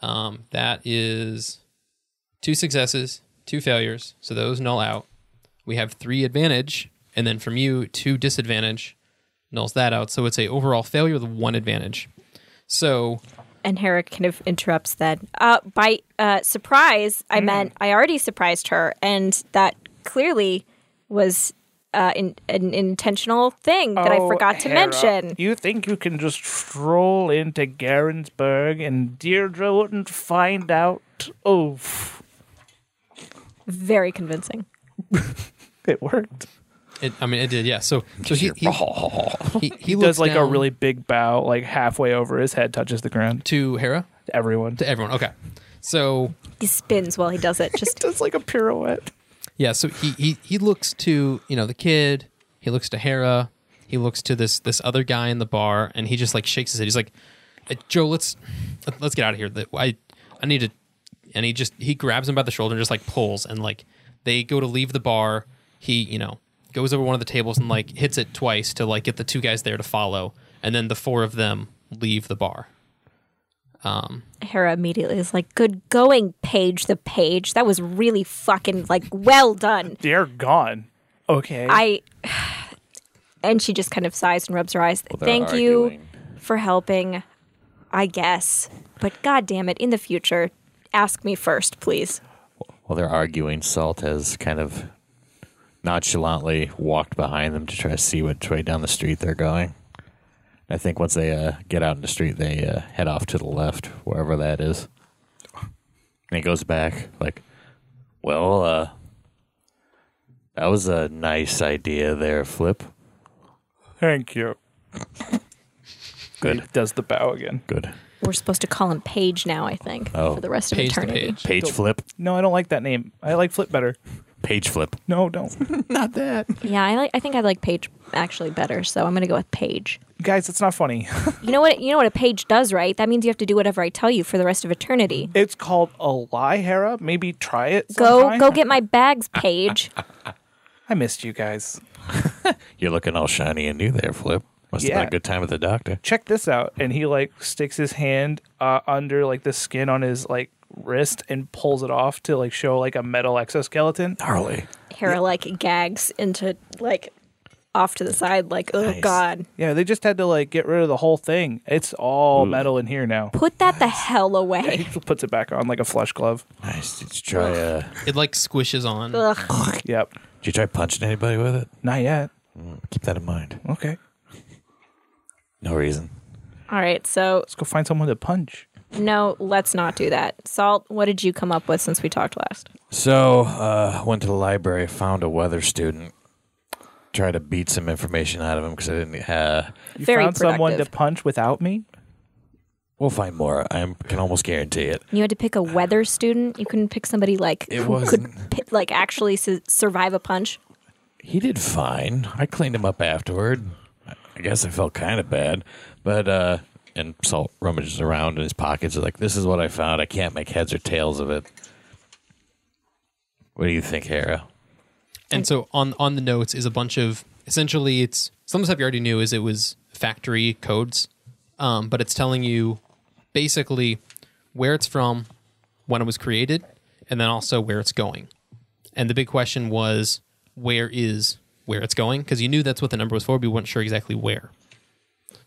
S1: um, that is two successes, two failures. So those null out. We have three advantage, and then from you, two disadvantage nulls that out. So it's a overall failure with one advantage. So
S4: And Hera kind of interrupts then. Uh, by uh, surprise, I meant I already surprised her, and that clearly was uh, in, an intentional thing that I
S2: Oh,
S4: forgot to
S2: Hera,
S4: mention.
S2: You think you can just stroll into Garensburg and Deirdre wouldn't find out? Oof.
S4: Very convincing.
S2: It worked.
S1: It, I mean, it did, yeah. So, so he, he, he, he looks
S2: Does like a
S1: down
S2: really big bow, like halfway over his head touches the ground.
S1: to Hera
S2: To everyone.
S1: to everyone. Okay, so
S4: He spins while he does it.
S2: [laughs]
S4: Just
S2: Does like a pirouette.
S1: yeah, so he, he he looks to you know the kid. He looks to Hera. He looks to this this other guy in the bar, and he just like shakes his head. He's like, "Uh, Joe, let's let's get out of here. The- I I need to. And he just he grabs him by the shoulder and just like pulls, and like they go to leave the bar. He you know goes over one of the tables and like hits it twice to like get the two guys there to follow, and then the four of them leave the bar.
S4: Hera immediately is like, "Good going, Paige. The Page. That was really fucking like well done."
S2: They're gone. Okay.
S4: I. [sighs] And she just kind of sighs and rubs her eyes.
S3: they're
S4: Thank you
S3: arguing.
S4: for helping, I guess. But god damn it, in the future, ask me first, please.
S3: While they're arguing, Salt has kind of nonchalantly walked behind them to try to see which way down the street they're going. I think once they uh, get out in the street, they uh, head off to the left, wherever that is. And he goes back, like, well, uh, that was a nice idea there, Flip.
S2: Thank you. He
S3: Good,
S2: does the bow again.
S3: good.
S4: We're supposed to call him Paige now, I think,
S3: Oh.
S4: for the rest of
S1: Page to
S4: eternity.
S1: page.
S3: Page Flip.
S2: No, I don't like that name. I like Flip better.
S3: page flip.
S2: No, don't.
S3: [laughs] Not that.
S4: Yeah, I like. I think I like Paige actually better, so I'm gonna go with Paige.
S2: Guys, it's not funny.
S4: You know what? You know what a page does, right? That means you have to do whatever I tell you for the rest of eternity.
S2: it's called a lie, Hera. Maybe try it.
S4: Go,
S2: sometime.
S4: go get my bags, Paige.
S2: I missed you guys.
S3: You're looking all shiny and new there, Flip. Must have been
S2: Yeah.
S3: a good time at the doctor.
S2: Check this out. And he like sticks his hand uh, under like the skin on his like wrist and pulls it off to like show like a metal exoskeleton.
S3: Gnarly.
S4: Hera like gags into like off to the side, like oh god,
S2: Yeah, they just had to like get rid of the whole thing. It's all metal in here now. [laughs]
S4: put that the hell
S2: He [laughs]
S4: away.
S2: puts it back on like a flush glove.
S3: Nice. Did you try? Uh,
S1: It like squishes on.
S4: Ugh.
S2: Yep.
S3: did you try punching anybody with it?
S2: Not yet.
S3: Keep that in mind.
S2: Okay.
S3: No reason.
S4: All right, so
S2: Let's go find someone to punch.
S4: no, let's not do that. Salt, what did you come up with since we talked last?
S3: So, uh, went to the library, found a weather student, tried to beat some information out of him because I didn't. Uh,
S2: You
S4: Very
S2: found someone to
S4: productive.
S2: punch without me?
S3: we'll find more. I am- can almost guarantee it.
S4: You had to pick a weather student. You couldn't pick somebody like
S3: It
S4: who could
S3: wasn't-
S4: pi- like actually su- survive a punch.
S3: He did fine. I cleaned him up afterward. I- I guess I felt kind of bad, but uh, and Salt rummages around in his pockets. Like this is what I found. I can't make heads or tails of it. What do you think, Hera?
S1: And so on on the notes is a bunch of essentially it's some stuff you already knew is it was factory codes, um, but it's telling you basically where it's from, when it was created, and then also where it's going. And the big question was where is where it's going because you knew that's what the number was for, but you weren't sure exactly where.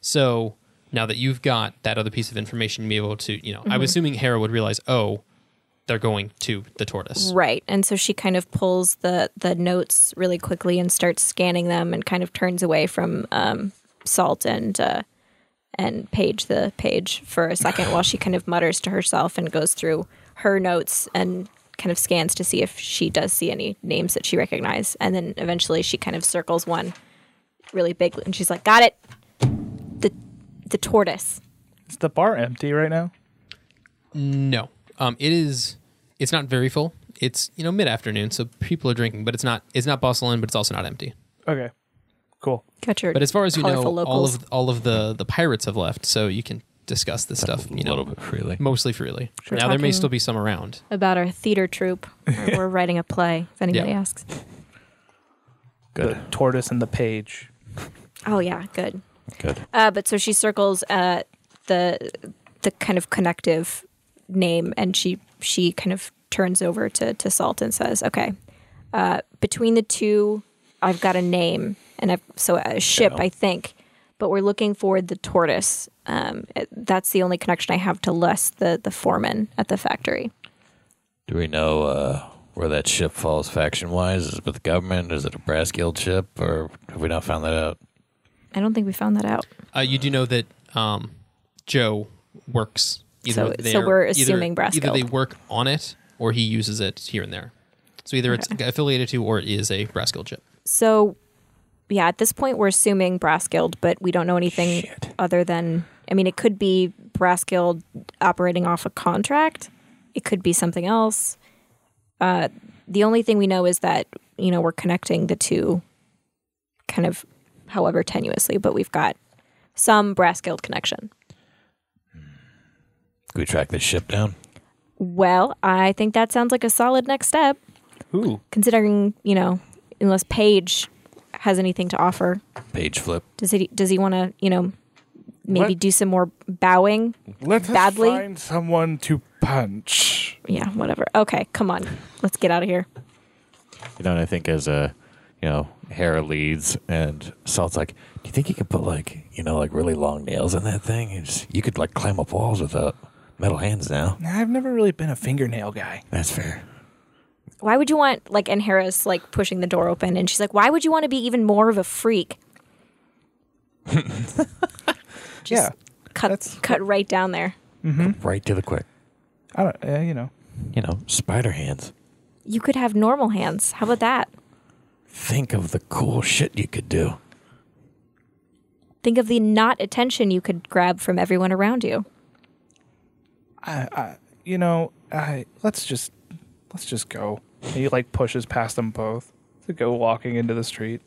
S1: So now that you've got that other piece of information, you be able to you know I'm assuming Hera would realize oh they're going to the tortoise.
S4: Right. And so she kind of pulls the the notes really quickly and starts scanning them and kind of turns away from um, Salt and uh, and Paige the page for
S1: [sighs]
S4: a second while she kind of mutters to herself and goes through her notes and kind of scans to see if she does see any names that she recognizes and then eventually she kind of circles one really big and she's like got it the the tortoise
S2: Is the bar empty right now?
S1: No. Um, it is. It's not very full. It's you know mid afternoon, so people are drinking, but it's not. It's not bustling, but it's also not empty.
S2: Okay. Cool.
S4: got your
S1: But as far as you know,
S4: colorful
S1: all
S4: locals.
S1: of all of the the pirates have left, so you can discuss this stuff. You
S3: a little
S1: know,
S3: bit freely.
S1: mostly freely. now there may
S4: Talking-
S1: still be some around.
S4: about our theater
S1: [laughs]
S4: troupe we're writing a play if anybody
S1: Yeah.
S4: asks
S3: Good,
S2: The tortoise and the page.
S4: oh yeah good
S3: good.
S4: Uh, but so she circles uh, the the kind of connective name, and she she kind of turns over to to Salt and says, "Okay, uh, between the two, I've got a name, and I've, so a ship, I think, but we're looking for the tortoise. Um, it- that's the only connection I have to Les, the the foreman at the factory.
S3: Do we know uh, where that ship falls faction wise? Is it with the government? Is it a brass guild ship? Or have we not found that out?
S4: I don't think we found that out.
S1: Uh, you do know that um, Joe works.
S4: So-
S1: with
S4: so
S1: their-
S4: we're
S1: either-
S4: assuming Brass
S1: Either they
S4: Guild.
S1: work on it or he uses it here and there. So either it's affiliated to or it is a brass guild ship.
S4: So." Yeah, at this point we're assuming Brass Guild, but we don't know anything
S3: Shit.
S4: other than I mean, it could be Brass Guild operating off a contract. It could be something else. Uh, the only thing we know is that you know we're connecting the two, kind of, however tenuously, but we've got some Brass Guild connection.
S3: Can we track this ship down?
S4: Well, I think that sounds like a solid next step,
S2: Ooh.
S4: considering you know, unless Paige has anything to offer,
S3: Page flip.
S4: does he? Does he want to you know? Maybe
S2: What?
S4: do some more bowing.
S2: Let us
S4: Badly?
S2: find someone to punch.
S4: Yeah, whatever. Okay, come on. Let's get out of here.
S3: You know, and I think as a, you know, Hera leads and Salt's like, do you think you could put like, you know, like really long nails in that thing? You, just, you could like climb up walls without metal hands now.
S2: Nah, I've never really been a fingernail guy.
S3: That's fair.
S4: why would you want like and Hera's like pushing the door open and she's like, why would you want to be even more of
S2: [laughs]
S4: a freak?
S2: yeah.
S4: Cut
S2: That's-
S4: cut right down there.
S3: Right to the quick.
S2: I don't, uh, you know.
S3: You know, spider hands.
S4: You could have normal hands. How about that?
S3: Think of the cool shit you could do.
S4: Think of the not attention you could grab from everyone around you.
S2: I, I, you know, I, let's just, let's just go. And he like pushes past them both to go walking into the street.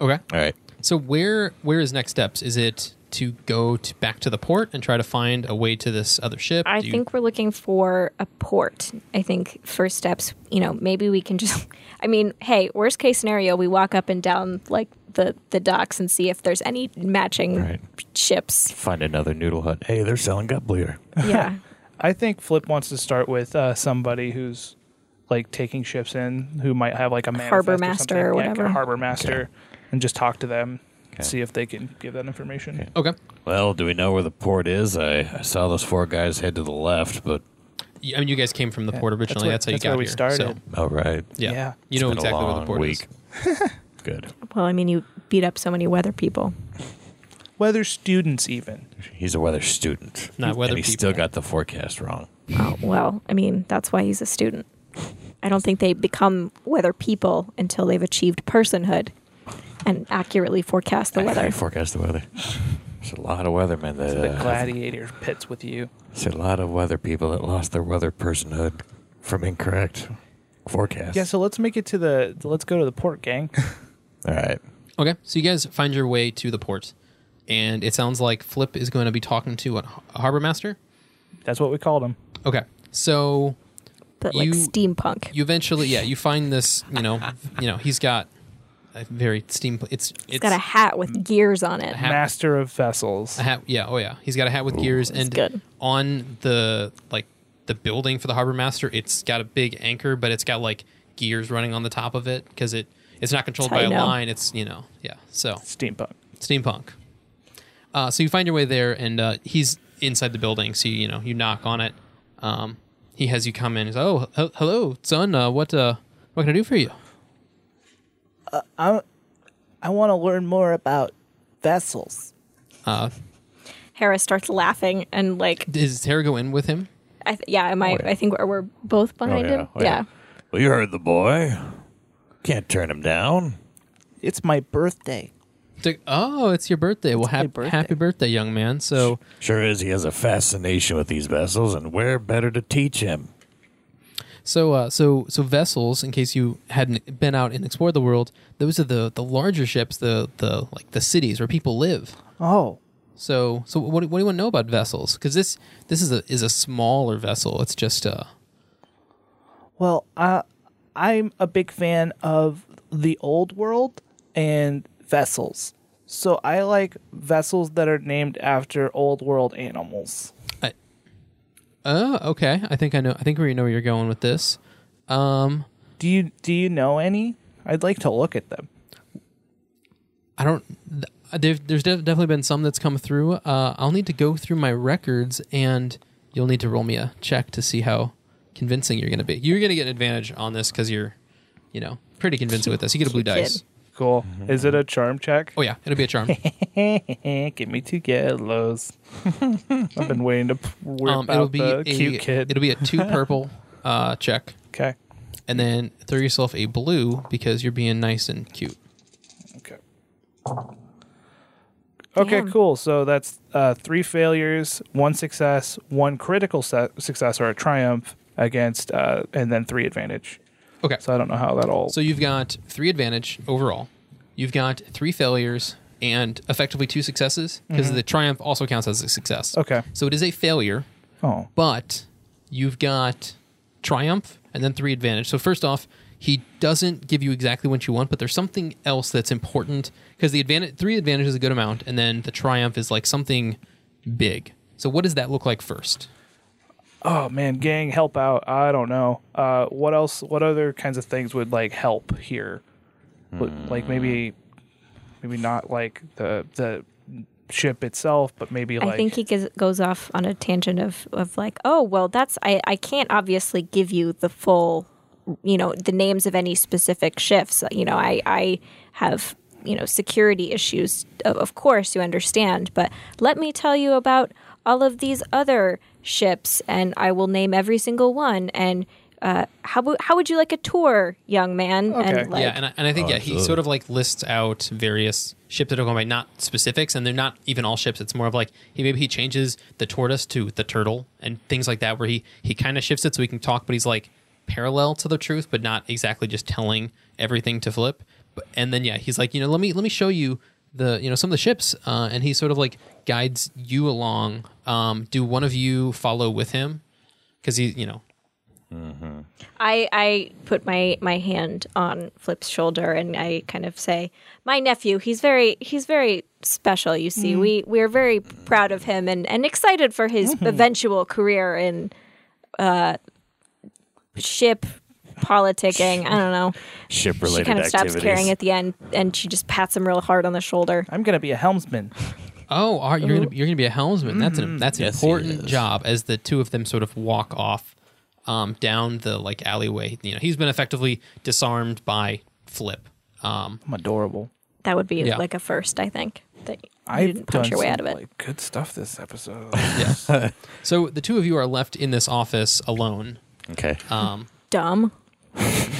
S1: Okay.
S3: All right.
S1: So where where is next steps? Is it to go to back to the port and try to find a way to this other ship?
S4: I
S1: Do you-
S4: think we're looking for a port. I think first steps, you know, maybe we can just [laughs] I mean, hey, worst case scenario, we walk up and down like the the docks and see if there's any matching
S3: Right.
S1: [laughs]
S4: ships.
S3: Find another noodle hut. Hey, they're selling gut bleeder.
S4: Yeah.
S2: I think Flip wants to start with uh, somebody who's like taking ships in who might have like a manifest
S4: Harbor
S2: or
S4: master
S2: something.
S4: or
S2: Yeah,
S4: whatever.
S2: harbor master, and just talk to them,
S3: Okay.
S2: see if they can give that information.
S3: Okay.
S1: Okay.
S3: Well, do we know where the port is? I, I saw those four guys head to the left, but
S1: I mean, you guys came from the
S2: Yeah,
S1: port
S2: that's
S1: originally.
S2: where-
S1: That's,
S2: that's
S1: how you
S2: where
S1: got
S2: we
S1: here. So,
S2: started.
S3: all right.
S1: yeah.
S2: Yeah.
S1: You know exactly where the port is.
S3: is. [laughs] Good.
S4: well, I mean, you beat up so many weather people.
S2: Whether students even.
S3: He's a weather student.
S1: Not weather
S3: And he
S1: people.
S3: still got the forecast wrong.
S4: Oh, well, I mean, that's why he's a student. I don't think they become weather people until they've achieved personhood and accurately forecast the
S3: I
S4: weather.
S3: forecast the weather. There's a lot of weathermen that
S2: The
S3: uh,
S2: gladiator pits with you.
S3: There's a lot of weather people that lost their weather personhood from incorrect forecasts.
S2: Yeah, so let's make it to the let's go to the port,
S3: [laughs]
S2: gang.
S3: All right.
S1: Okay, so you guys find your way to the port, and it sounds like Flip is going to be talking to a a harbor master.
S2: That's what we called him.
S1: Okay, so
S4: But like
S1: You-
S4: steampunk.
S1: you eventually, yeah, you find this. You know, you know, he's got a very steam. It's
S4: He's
S1: it's
S4: got a hat with gears on it.
S1: hat.
S2: Master of vessels.
S1: a hat- Yeah, oh yeah, he's got a hat with gears,
S4: That's
S1: and
S4: good.
S1: on the like the building for the harbor master, it's got a big anchor, but it's got like gears running on the top of it because it it's not controlled
S4: how
S1: by
S4: you
S1: a
S4: know.
S1: line. It's you know, yeah. So
S2: Steampunk.
S1: steampunk. Uh, so you find your way there, and uh, he's inside the building. So you, you know you knock on it. Um, he has you come in. He's oh he- hello son. Uh, what uh, what can I do for you?
S6: I want to learn more about vessels.
S1: Uh,
S4: Hera starts laughing and like,
S1: does Tara go in with him?
S4: I th- yeah, am I?
S3: Oh, yeah.
S4: I think we're, we're both behind him.
S3: Oh, Well, you heard the boy. Can't turn him down.
S6: It's my birthday.
S1: It's like, oh, it's your birthday. Well, hap-
S6: birthday.
S1: happy birthday, young man. So
S3: Sure is. He has a fascination with these vessels, and where better to teach him?
S1: So, uh, so, so vessels. In case you hadn't been out and explored the world, those are the the larger ships, the the like the cities where people live.
S6: Oh,
S1: So, so what, do- what do you want to know about vessels? Because this this is a is a smaller vessel. It's just uh
S6: well, I, I'm a big fan of the old world and vessels. So I like vessels that are named after old world animals.
S1: oh okay. I think I know. I think we know where you're going with this. Um,
S6: Do you do you know any?
S2: I'd like to look at them.
S1: I don't. th- There, there's def- definitely been some that's come through. Uh, I'll need to go through my records, and you'll need to roll me a check to see how convincing you're going to be. You're going to get an advantage on this because you're, you know, pretty convincing with this. You get a blue dice.
S4: kid.
S2: Cool. Is it a
S6: [laughs]
S2: charm check?
S1: Oh yeah, it'll be a
S2: [laughs]
S1: charm.
S2: Eh, give me two [laughs] yellows. I've been waiting to p- whip
S1: Um,
S2: out
S1: it'll be
S2: the
S1: a
S2: cute kid.
S1: it'll be a
S2: [laughs]
S1: two purple uh, check,
S2: okay.
S1: and then throw yourself a blue because you're being nice and cute.
S2: Okay. Okay,
S4: Damn.
S2: cool. So that's uh, three failures, one success, one critical su- success or a triumph against, uh, and then three advantage.
S1: Okay.
S2: So I don't know how that all.
S1: So you've got three advantage overall. You've got three failures and effectively two successes because the triumph also counts as a success.
S2: Mm-hmm. Okay.
S1: So it is a failure,
S2: oh,
S1: but you've got triumph and then three advantage. So first off, he doesn't give you exactly what you want, but there's something else that's important because the advantage three advantage is a good amount, and then the triumph is like something big. So what does that look like first?
S2: oh man, gang, help out. I don't know. Uh, what else? What other kinds of things would like help here? Would- Like maybe, maybe not like the the ship itself, but maybe like
S4: I think he gives, goes off on a tangent of, of like, oh, well, that's, I, I can't obviously give you the full, you know, the names of any specific shifts. You know, I, I have, you know, security issues, of, of course, you understand, but let me tell you about all of these other ships and I will name every single one. And uh, how, wou- how would you like a tour, young man?
S2: Okay.
S4: And like,
S1: yeah, and I, and I think yeah, he sort of like lists out various ships that are going by, not specifics, and they're not even all ships. It's more of like he maybe he changes the tortoise to the turtle and things like that, where he he kind of shifts it so he can talk, but he's like parallel to the truth, but not exactly just telling everything to Flip. But, and then yeah, he's like, you know, let me let me show you the you know some of the ships, uh, and he sort of like guides you along. Um, do one of you follow with him? Because he, you know,
S4: I, I put my, my hand on Flip's shoulder and I kind of say, "My nephew, he's very he's very special. You see, we we are very proud of him and, and excited for his eventual career in uh, ship politicking. I don't know.
S3: Ship
S4: she
S3: related
S4: kind of stops
S3: activities.
S4: caring at the end and she just pats him real hard on the shoulder.
S6: I'm gonna be a helmsman.
S1: oh, are, you're gonna you're gonna be a helmsman. That's an that's an
S3: Yes, he
S1: important
S3: is.
S1: job. As the two of them sort of walk off um, down the like alleyway. You know, he's been effectively disarmed by Flip. Um,
S6: I'm adorable.
S4: That would be
S1: Yeah.
S4: like a first, I think. That you
S6: I've
S4: didn't punch
S6: done
S4: your way
S6: some,
S4: out of it.
S6: Like, good stuff this episode.
S3: [laughs]
S1: so the two of you are left in this office alone.
S3: okay.
S1: Um,
S4: Dumb.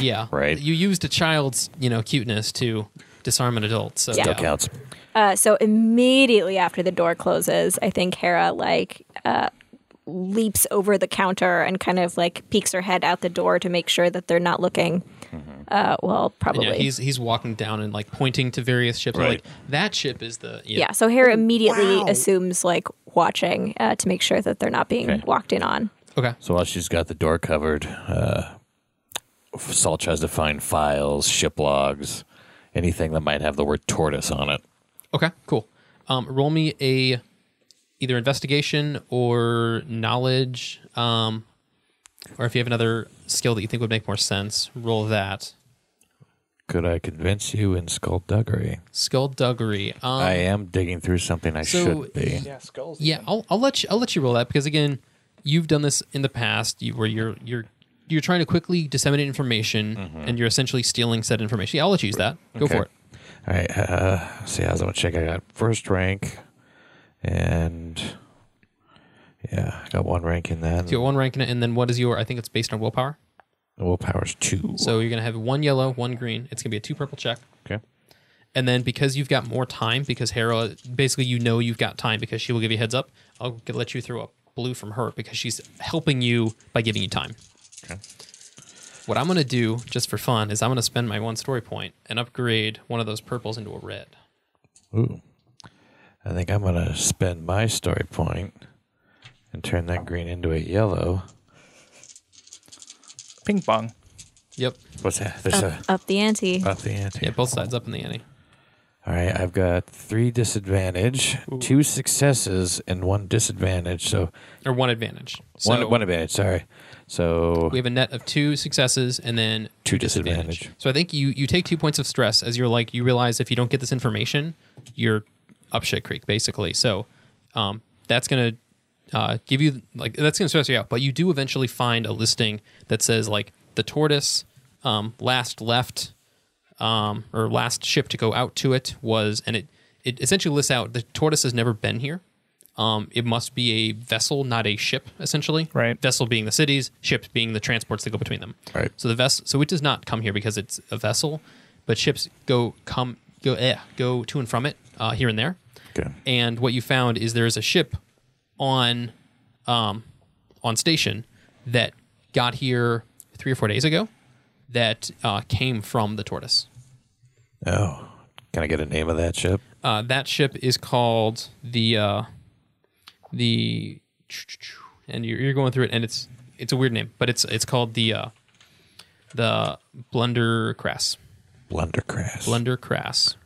S1: yeah,
S3: Right.
S1: You used a child's you know cuteness to disarm an adult. So
S4: Yeah.
S3: Duck outs.
S4: Uh, so immediately after the door closes, I think Hera like uh, leaps over the counter and kind of like peeks her head out the door to make sure that they're not looking. Uh, well,
S1: Mm-hmm. And
S4: probably.
S1: yeah, he's he's walking down and like pointing to various ships.
S3: Right.
S1: Like that ship is the yeah.
S4: Yeah, so Hera immediately assumes like watching uh, to make sure that they're not being
S3: Okay.
S4: walked in on.
S1: Okay.
S3: So while she's got the door covered, uh, Salt tries to find files, ship logs, anything that might have the word tortoise on it.
S1: Okay. Cool. Um, roll me a either investigation or knowledge, um, or if you have another skill that you think would make more sense, roll that.
S3: Could I convince you in skullduggery?
S1: Skullduggery. Um,
S3: I am digging through something I
S1: so-
S3: should be.
S6: skulls.
S1: Yeah, I'll, I'll let you I'll let you roll that because again, you've done this in the past you, where you're you're you're trying to quickly disseminate information and you're essentially stealing said information. Yeah, I'll let you use that. Go
S3: Mm-hmm. Okay.
S1: for it.
S3: All right. Uh, let's see, how's that one check? I got first rank, and yeah, I got one rank in that.
S1: So you got one rank in it, and then what is your? I think it's based on willpower.
S3: Willpower's two.
S1: So you're gonna have one yellow, one green. It's gonna be a two purple check,
S3: okay.
S1: and then because you've got more time, because Hera basically you know you've got time because she will give you a heads up. I'll g- let you throw a blue from her because she's helping you by giving you time.
S3: Okay.
S1: What I'm gonna do just for fun is I'm gonna spend my one story point and upgrade one of those purples into a red.
S3: Ooh. I think I'm going to spend my story point and turn that green into a yellow.
S6: Ping pong.
S1: Yep.
S3: What's that? There's a
S4: Up the ante.
S3: up the ante.
S1: Yeah, both sides up in the ante.
S3: All right, I've got three disadvantage, two successes, and one disadvantage. So,
S1: Or one advantage. So
S3: one one advantage. Sorry. So
S1: we have a net of two successes and then
S3: Two
S1: two disadvantage.
S3: disadvantage.
S1: So I think you you take two points of stress as you're like you realize if you don't get this information, you're up shit creek basically. So um, that's gonna uh, give you like that's gonna stress you out. But you do eventually find a listing that says like the tortoise um, last left um, or last ship to go out to it was, and it it essentially lists out the tortoise has never been here. Um, it must be a vessel, not a ship, essentially.
S6: Right.
S1: Vessel being the cities, ships being the transports that go between them.
S3: Right.
S1: So the vessel, so it does not come here because it's a vessel, but ships go come go eh, go to and from it uh, here and there.
S3: Okay.
S1: And what you found is there is a ship on um, on station that got here three or four days ago that uh, came from the tortoise.
S3: oh, can I get a name of that ship?
S1: Uh, that ship is called the uh, the and you're, you're going through it and it's it's a weird name, but it's it's called the uh, the Blunder Crass.
S3: Blundercrass.
S1: Blunder Crass.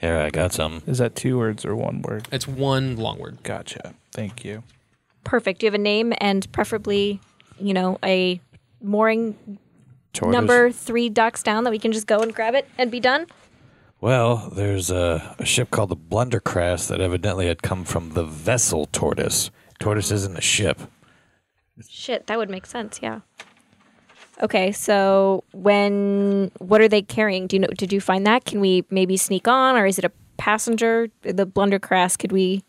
S3: Here, I got some.
S6: Is that two words or one word?
S1: It's one long word.
S6: Gotcha. Thank you.
S4: Perfect. You have a name and preferably, you know, a mooring
S3: Tortoise.
S4: number three docks down that we can just go and grab it and be done.
S3: Well, there's a, a ship called the Blundercrass that evidently had come from the vessel Tortoise. Tortoise isn't a ship.
S4: Shit, that would make sense. Yeah. Okay, so when what are they carrying? Do you know? Did you find that? Can we maybe sneak on, or is it a passenger? The blundercrass? Could we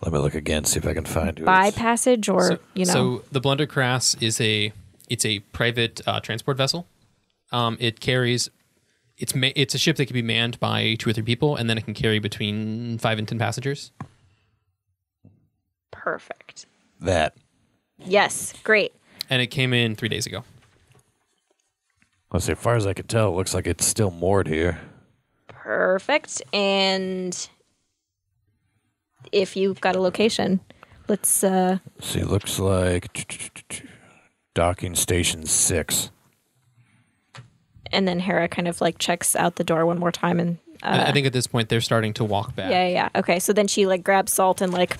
S3: Let me look again, see if I can find who
S4: buy
S3: it's-
S4: passage, or
S1: So,
S4: you know?
S1: so the Blundercrass is a it's a private uh, transport vessel. Um, it carries it's ma- it's a ship that can be manned by two or three people, and then it can carry between five and ten passengers.
S4: Perfect.
S3: that.
S4: Yes, great.
S1: and it came in three days ago.
S3: Let's see. As far as I can tell, it looks like it's still moored here.
S4: Perfect. And if you've got a location, let's uh
S3: See, it looks like docking station six.
S4: and then Hera kind of like checks out the door one more time and uh,
S1: I I think at this point they're starting to walk back.
S4: yeah, yeah, yeah. Okay. So then she like grabs Salt and like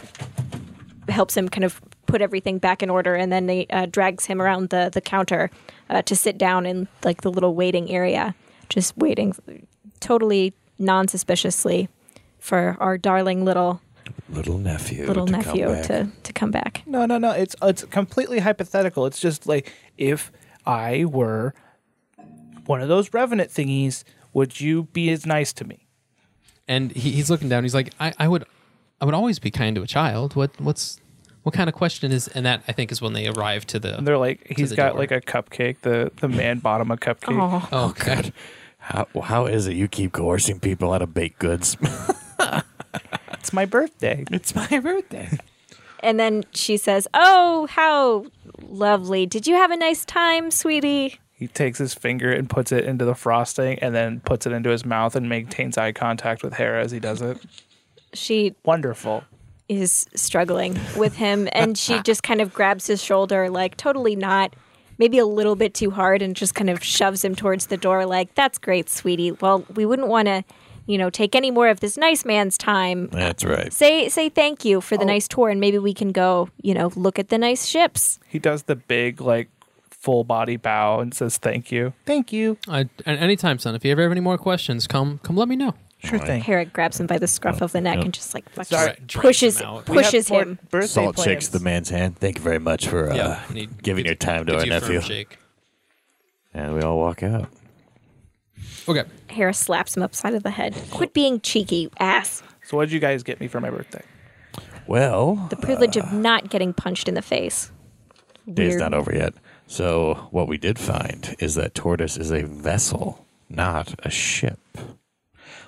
S4: helps him kind of put everything back in order and then they uh, drags him around the the counter uh, to sit down in like the little waiting area, just waiting totally non-suspiciously for our darling little
S3: Little nephew.
S4: little
S3: to come
S4: nephew
S3: back.
S4: to to come back.
S6: No, no, no. It's it's completely hypothetical. It's just like if I were one of those revenant thingies, would you be as nice to me?
S1: and he, he's looking down. He's like, I, I would, I would always be kind to a child. What, what's, what kind of question is? And that I think is when they arrive to the.
S2: And they're like, he's
S1: the
S2: got
S1: door.
S2: like a cupcake, the the man bought him a cupcake.
S4: Oh,
S1: oh god,
S3: How, how is it you keep coercing people out of baked goods?
S6: It's my birthday.
S3: [laughs] it's my birthday.
S4: And then she says, "Oh, how lovely! Did you have a nice time, sweetie?"
S2: He takes his finger and puts it into the frosting, and then puts it into his mouth and maintains eye contact with Hera as he does it.
S4: She
S6: Wonderful.
S4: is struggling with him, and
S3: [laughs]
S4: she just kind of grabs his shoulder, like totally not, maybe a little bit too hard, and just kind of shoves him towards the door, like, "That's great, sweetie. Well, we wouldn't want to, you know, take any more of this nice man's time.
S3: [laughs] That's right. Oh.
S4: Say say thank you for the nice tour, and maybe we can go, you know, look at the nice ships."
S2: He does the big like full body bow and says thank you.
S6: Thank you.
S1: I, at any time, son. If you ever have any more questions, come, come, let me know.
S6: Sure thing.
S4: Hera grabs him by the scruff
S3: Oh,
S4: of the neck and just like fucking
S1: Sorry. Drags him
S4: pushes
S1: out. We
S6: We have
S4: pushes
S6: for-
S4: him.
S6: Birthday
S3: Salt
S6: plans.
S3: shakes the man's hand. Thank you very much for uh,
S1: and he
S3: [laughs] giving
S1: gives-
S3: your time to
S1: gives
S3: our
S1: you a firm
S3: nephew.
S1: shake.
S3: And we all walk out.
S1: Okay,
S4: Hera slaps him upside of the head.
S3: Oh.
S4: Quit being cheeky, ass.
S2: So what did you guys get me for my birthday?
S3: Well,
S4: The privilege of not getting punched in the face.
S3: Uh. day's
S4: Weird.
S3: not over yet. So what we did find is that tortoise is a vessel, not a ship.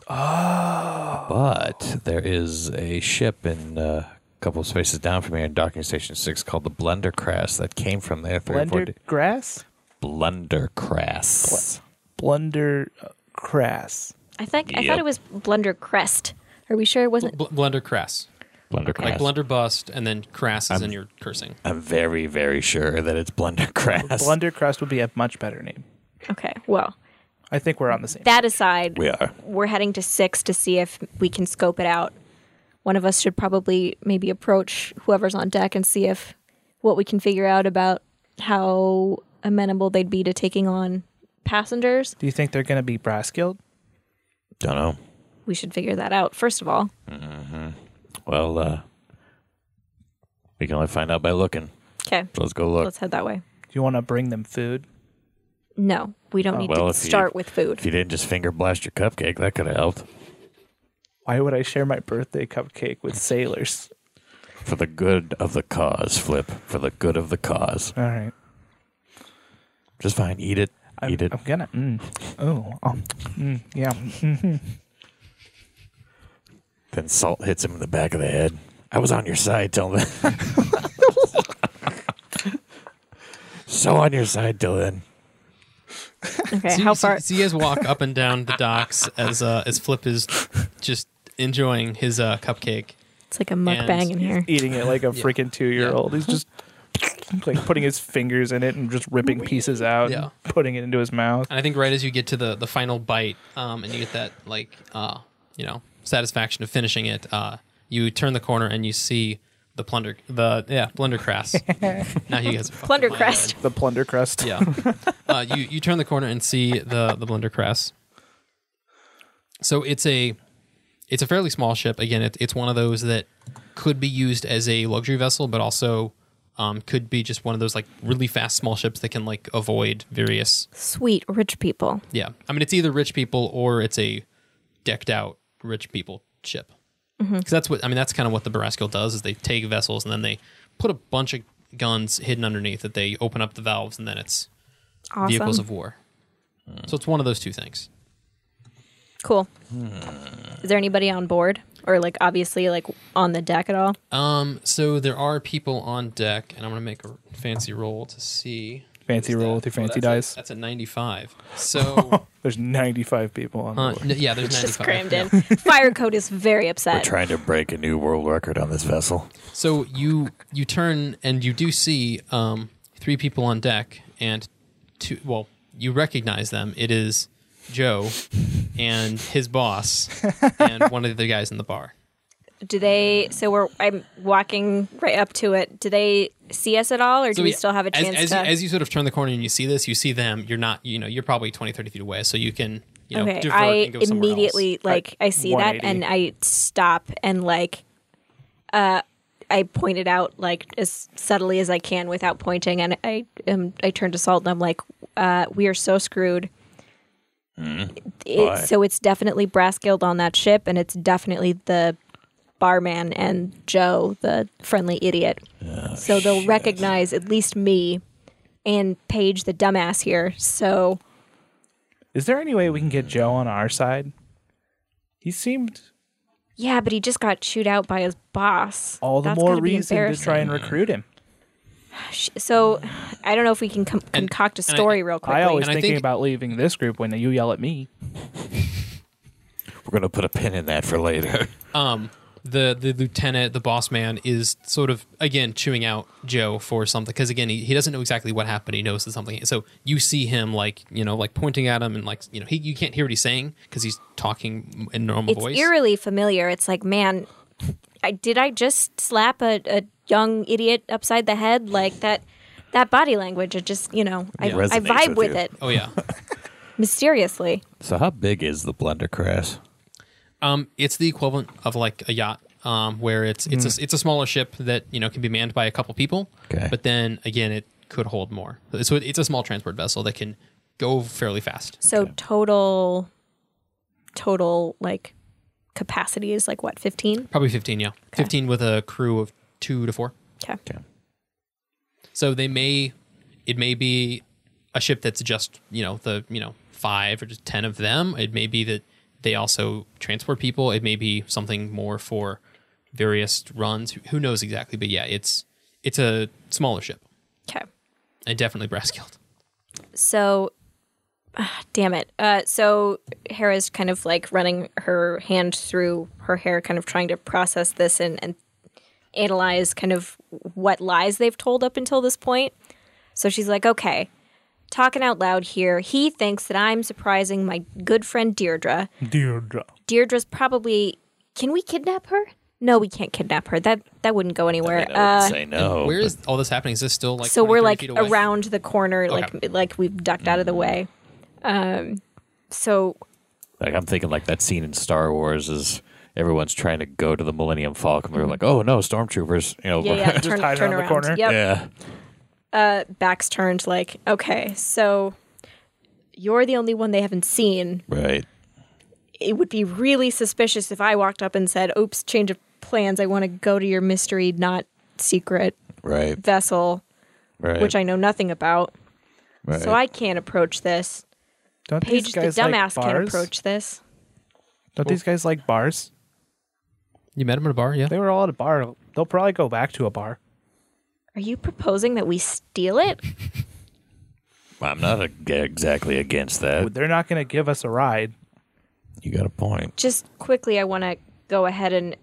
S3: Oh. But there is a ship in uh, a couple of spaces down from here in docking station six called the Blundercrass that came from there three or four
S6: Blender
S3: days.
S6: grass.
S3: Blundercrass.
S6: Blunder uh, crass.
S4: I think I
S3: Yep.
S4: thought it was Blunder Crest. Are we sure it wasn't?
S1: Bl- blunder crass,
S3: Blundercrass.
S1: like blunder bust, and then crass is in your cursing.
S3: I'm very, very sure that it's Blundercrass.
S2: Blunder crust would be a much better name.
S4: Okay. Well,
S2: I think we're on the same.
S4: that aside,
S3: we are.
S4: we're heading to six to see if we can scope it out. One of us should probably maybe approach whoever's on deck and see if what we can figure out about how amenable they'd be to taking on passengers.
S2: Do you think they're going to be brass guild?
S3: Don't know.
S4: We should figure that out first of all.
S3: Well, uh, we can only find out by looking.
S4: Okay.
S3: So let's go look.
S4: Let's head that way.
S2: Do you want to bring them food?
S4: No, we don't
S3: Oh,
S4: need
S3: well,
S4: to
S3: if you-
S4: start with food.
S3: [laughs] if you didn't just finger blast your cupcake, that could have helped
S2: Why would I share my birthday cupcake with sailors?
S3: for the good of the cause. Flip for the good of the cause.
S2: All right.
S3: Just fine. Eat it.
S2: I'm,
S3: Eat it.
S2: I'm gonna. Mm. Oh, oh, mm, yeah.
S3: Then salt hits him in the back of the head. I was on your side till
S4: [laughs]
S3: then. so on your side till then.
S4: Okay,
S1: So you-
S4: how
S1: so- [laughs]
S4: far?
S1: So you guys walk up and down the docks as uh, as Flip is just enjoying his uh, cupcake.
S4: It's like a mukbang
S1: [laughs]
S4: in here.
S2: Eating it like a freaking two year old. He's just like putting his fingers in it and just ripping pieces out.
S1: Yeah.
S2: And putting it into his mouth.
S1: And I think right as you get to the the final bite, um, and you get that like uh, you know satisfaction of finishing it, uh, you turn the corner and you see the plunder the yeah plunder crass. now you guys are fucking
S4: Plunder
S1: my
S4: crest.
S2: The plunder crust.
S1: head. Yeah, uh, you you turn the corner and see the the blunder crass. So it's a it's a fairly small ship. Again, it, it's one of those that could be used as a luxury vessel, but also um, could be just one of those like really fast small ships that can like avoid various
S4: Sweet rich people.
S1: yeah. I mean, it's either rich people or it's a decked out rich people ship.
S4: Mm-hmm.
S1: Because that's what, I mean, that's kind of what the Barrasco does is they take vessels and then they put a bunch of guns hidden underneath that they open up the valves and then it's
S4: Awesome.
S1: vehicles of war. So it's one of those two things. Hmm.
S4: cool. Is there anybody on board? or like obviously like on the deck at all?
S1: Um, so there are people on deck, and I'm gonna make a fancy roll to see.
S6: Fancy roll with your fancy
S1: Oh, that's
S6: dice.
S1: A, that's a 95.
S6: [laughs]
S1: So,
S6: There's 95 people on
S1: uh,
S6: board.
S1: n- yeah, there's 95.
S4: Just crammed
S1: yeah.
S4: in. Fire code is very upset.
S3: Trying to break a new world record on this vessel.
S1: So you you turn and you do see um, three people on deck, and two. Well, you recognize them. It is Joe and his boss, and one of the guys in the bar.
S4: Do they? So we're I'm walking right up to it. Do they see us at all, or [laughs] do
S1: So
S4: we
S1: yeah,
S4: still have a
S1: as-
S4: chance
S1: as,
S4: to?
S1: you, as you sort of turn the corner and you see this, you see them. You're not, you know, you're probably 20, 30 feet away, so you can, you know,
S4: okay,
S1: divert
S4: I
S1: and go somewhere else.
S4: immediately like I see that and I stop and like, uh, I point it out like as subtly as I can without pointing, and I um I turn to Salt and I'm like, uh, we are so screwed.
S1: Hmm.
S4: It-
S3: Why?
S4: so it's definitely Brass Guild on that ship, and it's definitely the barman and Joe, the friendly idiot. so they'll recognize at least me and Paige, the dumbass here. So
S6: Is there any way we can get Joe on our side? He seemed
S4: yeah, but he just got chewed out by his boss.
S6: all the
S4: That's
S6: more
S4: gotta be
S6: reason to try
S4: embarrassing.
S6: and recruit him.
S4: So I don't know if we can com-
S1: And-
S4: concoct a
S1: and I-
S4: story real quickly.
S6: I always
S1: And I
S6: thinking
S1: think-
S6: about leaving this group when you yell at me.
S3: We're going to put a pin in that for later.
S1: the the lieutenant, the boss man, is sort of again chewing out Joe for something because again he, he doesn't know exactly what happened. He knows it's something. So you see him like you know like pointing at him and like you know he you can't hear what he's saying because he's talking in normal
S4: it's
S1: voice.
S4: eerily familiar. It's like, man, I, did I just slap a, a young idiot upside the head? Like that, that body language. I just, you know, I,
S3: Yeah.
S4: I
S3: Resonates
S4: vibe
S3: with
S4: with,
S3: you.
S4: it
S1: oh yeah,
S4: mysteriously.
S3: [laughs] so, how big is the Blundercrass?
S1: um, it's the equivalent of like a yacht. Um, where it's it's a, it's a smaller ship that you know can be manned by a couple people,
S3: Okay.
S1: but then again it could hold more. So it's a small transport vessel that can go fairly fast.
S4: So total, total like capacity is like what fifteen?
S1: Probably 15, yeah. 15 with a crew of two to four.
S4: Okay.
S1: So they may, it may be a ship that's just, you know, the, you know, five or just 10 of them. It may be that they also transport people. It may be something more for various runs. Who- Who knows exactly? But yeah, it's, it's a smaller ship
S4: Okay.
S1: and definitely brass guild.
S4: So, [sighs] ah, damn it. Uh, so Hera's kind of like running her hand through her hair, kind of trying to process this and, and analyze kind of what lies they've told up until this point. So she's like, okay, talking out loud here. He thinks that I'm surprising my good friend Deirdre.
S6: Deirdre.
S4: Deirdre's probably. Can we kidnap her? No, we can't kidnap her. That that wouldn't go
S3: I
S4: anywhere.
S3: mean, I
S4: uh,
S3: would say no.
S1: Where
S3: Oh, but
S1: is all this happening? Is this still like,
S4: so
S1: 20,
S4: we're
S1: 30
S4: like
S1: feet away?
S4: around the corner like
S1: Okay.
S4: like we've ducked out of the
S6: Mm-hmm.
S4: way um so
S3: Like I'm thinking, like that scene in Star Wars is everyone's trying to go to the Millennium Falcon. They're like, "Oh no, stormtroopers!" You know, [laughs]
S4: yeah
S6: [laughs]
S4: yeah
S6: Just
S4: turn,
S6: hide
S4: turn
S6: around the
S4: around
S6: corner.
S4: yep Uh,
S3: yeah.
S4: back's turned like okay so you're the only one they haven't seen
S3: right.
S4: it would be really suspicious if i walked up and said oops change of plans i want to go to your mystery not secret
S3: Right,
S4: vessel
S3: right.
S4: which i know nothing about
S3: right.
S4: so i can't approach this
S6: Don't
S4: paige
S6: these
S4: the
S6: guys like
S4: dumbass can't
S6: bars?
S4: approach this
S6: Don't these guys like bars?
S1: You met him at a bar, yeah?
S6: They were all at a bar. They'll probably go back to a bar.
S4: are you proposing that we steal it
S3: I'm not ag- exactly against that.
S6: They're not going to give us a ride.
S3: You got a point.
S4: just quickly I want to go ahead and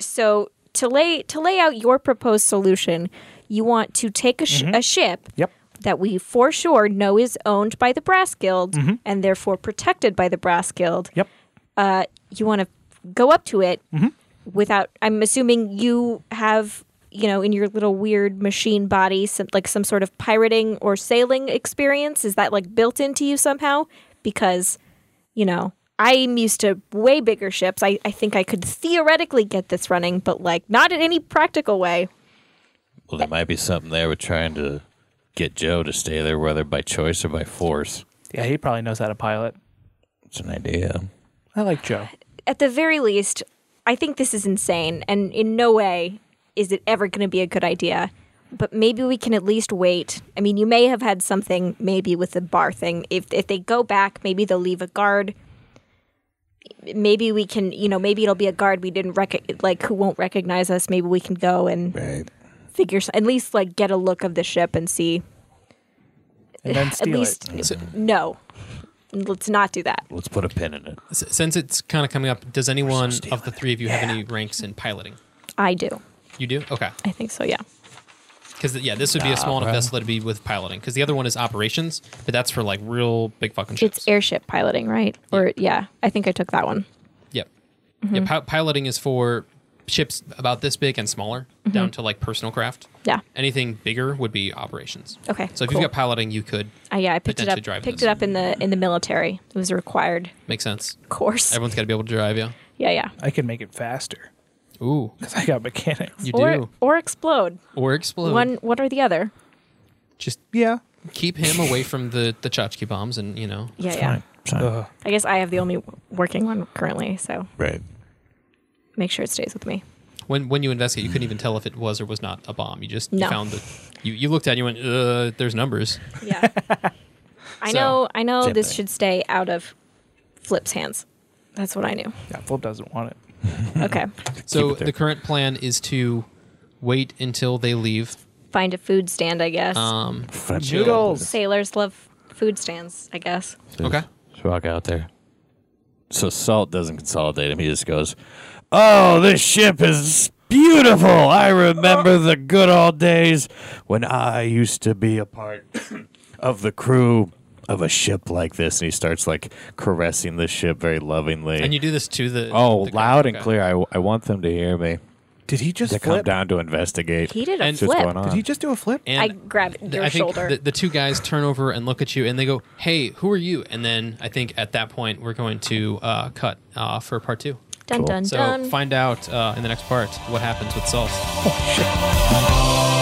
S4: so to lay to lay out your proposed solution, you want to take a, sh- a ship
S6: Yep.
S4: that we for sure know is owned by the Brass Guild and therefore protected by the Brass Guild.
S6: Yep.
S4: Uh, you want to go up to it without. I'm assuming you have you know in your little weird machine body some like some sort of pirating or sailing experience. Is that like built into you somehow? Because you know. I'm used to way bigger ships. I, I think I could theoretically get this running, but like not in any practical way.
S3: Well, there might be something there with trying to get Joe to stay there, whether by choice or by force.
S6: Yeah, he probably knows how to pilot.
S3: It's an idea.
S6: I like
S4: [sighs]
S6: Joe.
S4: at the very least, I think this is insane, and in no way is it ever going to be a good idea. But maybe we can at least wait. I mean, you may have had something, maybe with the bar thing. If if they go back, maybe they'll leave a guard. maybe we can, you know, maybe it'll be a guard we didn't rec- like who won't recognize us. Maybe we can go and
S3: Right.
S4: figure s- at least like get a look of the ship and see.
S6: and then
S4: at
S6: steal
S4: least
S6: it.
S4: no, let's not do that.
S3: Let's put a pin in it.
S1: S- since it's kind of coming up, does anyone of
S3: stealing
S1: the three of you have any ranks in piloting?
S4: I do.
S1: You do? Okay.
S4: I think so. Yeah.
S1: Because yeah, this would be a small enough vessel to be with piloting. Because the other one is operations, but that's for like real big fucking ships.
S4: It's airship piloting, right? Or yeah, I think I took that one.
S1: yep.
S4: Mm-hmm.
S1: Yeah, pi- piloting is for ships about this big and smaller, down to like personal craft.
S4: Mm-hmm. Yeah.
S1: Anything bigger would be operations.
S4: Okay,
S1: So if
S4: cool.
S1: you've got piloting, you could
S4: Uh, yeah, I picked it up.
S1: Potentially drive
S4: Picked
S1: this.
S4: it up in the in the military. It was a required [laughs]
S1: make sense.
S4: course.
S1: Everyone's got to be able to drive. Yeah.
S4: yeah, yeah.
S6: I can make it faster
S1: Ooh,
S6: because I got mechanics.
S1: you
S4: Or
S1: do.
S4: or explode.
S1: Or explode.
S4: One one or the other.
S1: Just
S6: Yeah.
S1: keep him away from the the tchotchke bombs, and you know.
S4: Yeah, yeah.
S3: Fine.
S6: Ugh.
S4: I guess I have the only working one currently, so
S3: Right.
S4: make sure it stays with me.
S1: When when you investigate, you couldn't even tell if it was or was not a bomb. You just you
S4: No.
S1: found the you, you looked at it and you went, uh, there's numbers. [laughs]
S4: Yeah. I
S1: So,
S4: know I know
S3: same
S4: this
S3: thing.
S4: should stay out of Flip's hands. That's what I knew.
S6: Yeah, Flip doesn't want it.
S1: Hmm.
S4: Okay.
S1: So
S3: it there.
S1: the current plan is to wait until they leave.
S4: Find a food stand, I guess.
S1: Um,
S6: Noodles.
S4: Sailors love food stands, I guess.
S1: Okay.
S3: Just walk out there. So Salt doesn't consolidate him. He just goes, "Oh, this ship is beautiful. I remember the good old days when I used to be a part [coughs] of the crew." Of a ship like this, and he starts like caressing the ship very lovingly.
S1: and you do this to the
S3: oh,
S1: the-
S3: loud and
S1: okay.
S3: clear! I, I want them to hear me.
S6: Did he just
S3: To come
S6: flip?
S3: down to investigate.
S4: He did a
S1: And- It's
S3: what's
S4: flip.
S3: going on?
S6: Did he just do a flip?
S1: And
S4: I grabbed your
S1: I think
S4: shoulder.
S1: The, the two guys turn over and look at you, and they go, "Hey, who are you?" And then I think at that point we're going to uh, cut uh, for part two.
S4: dun
S3: Cool.
S4: dun
S1: So
S4: dun.
S1: find out uh, in the next part what happens with Salt.
S6: Oh, shit.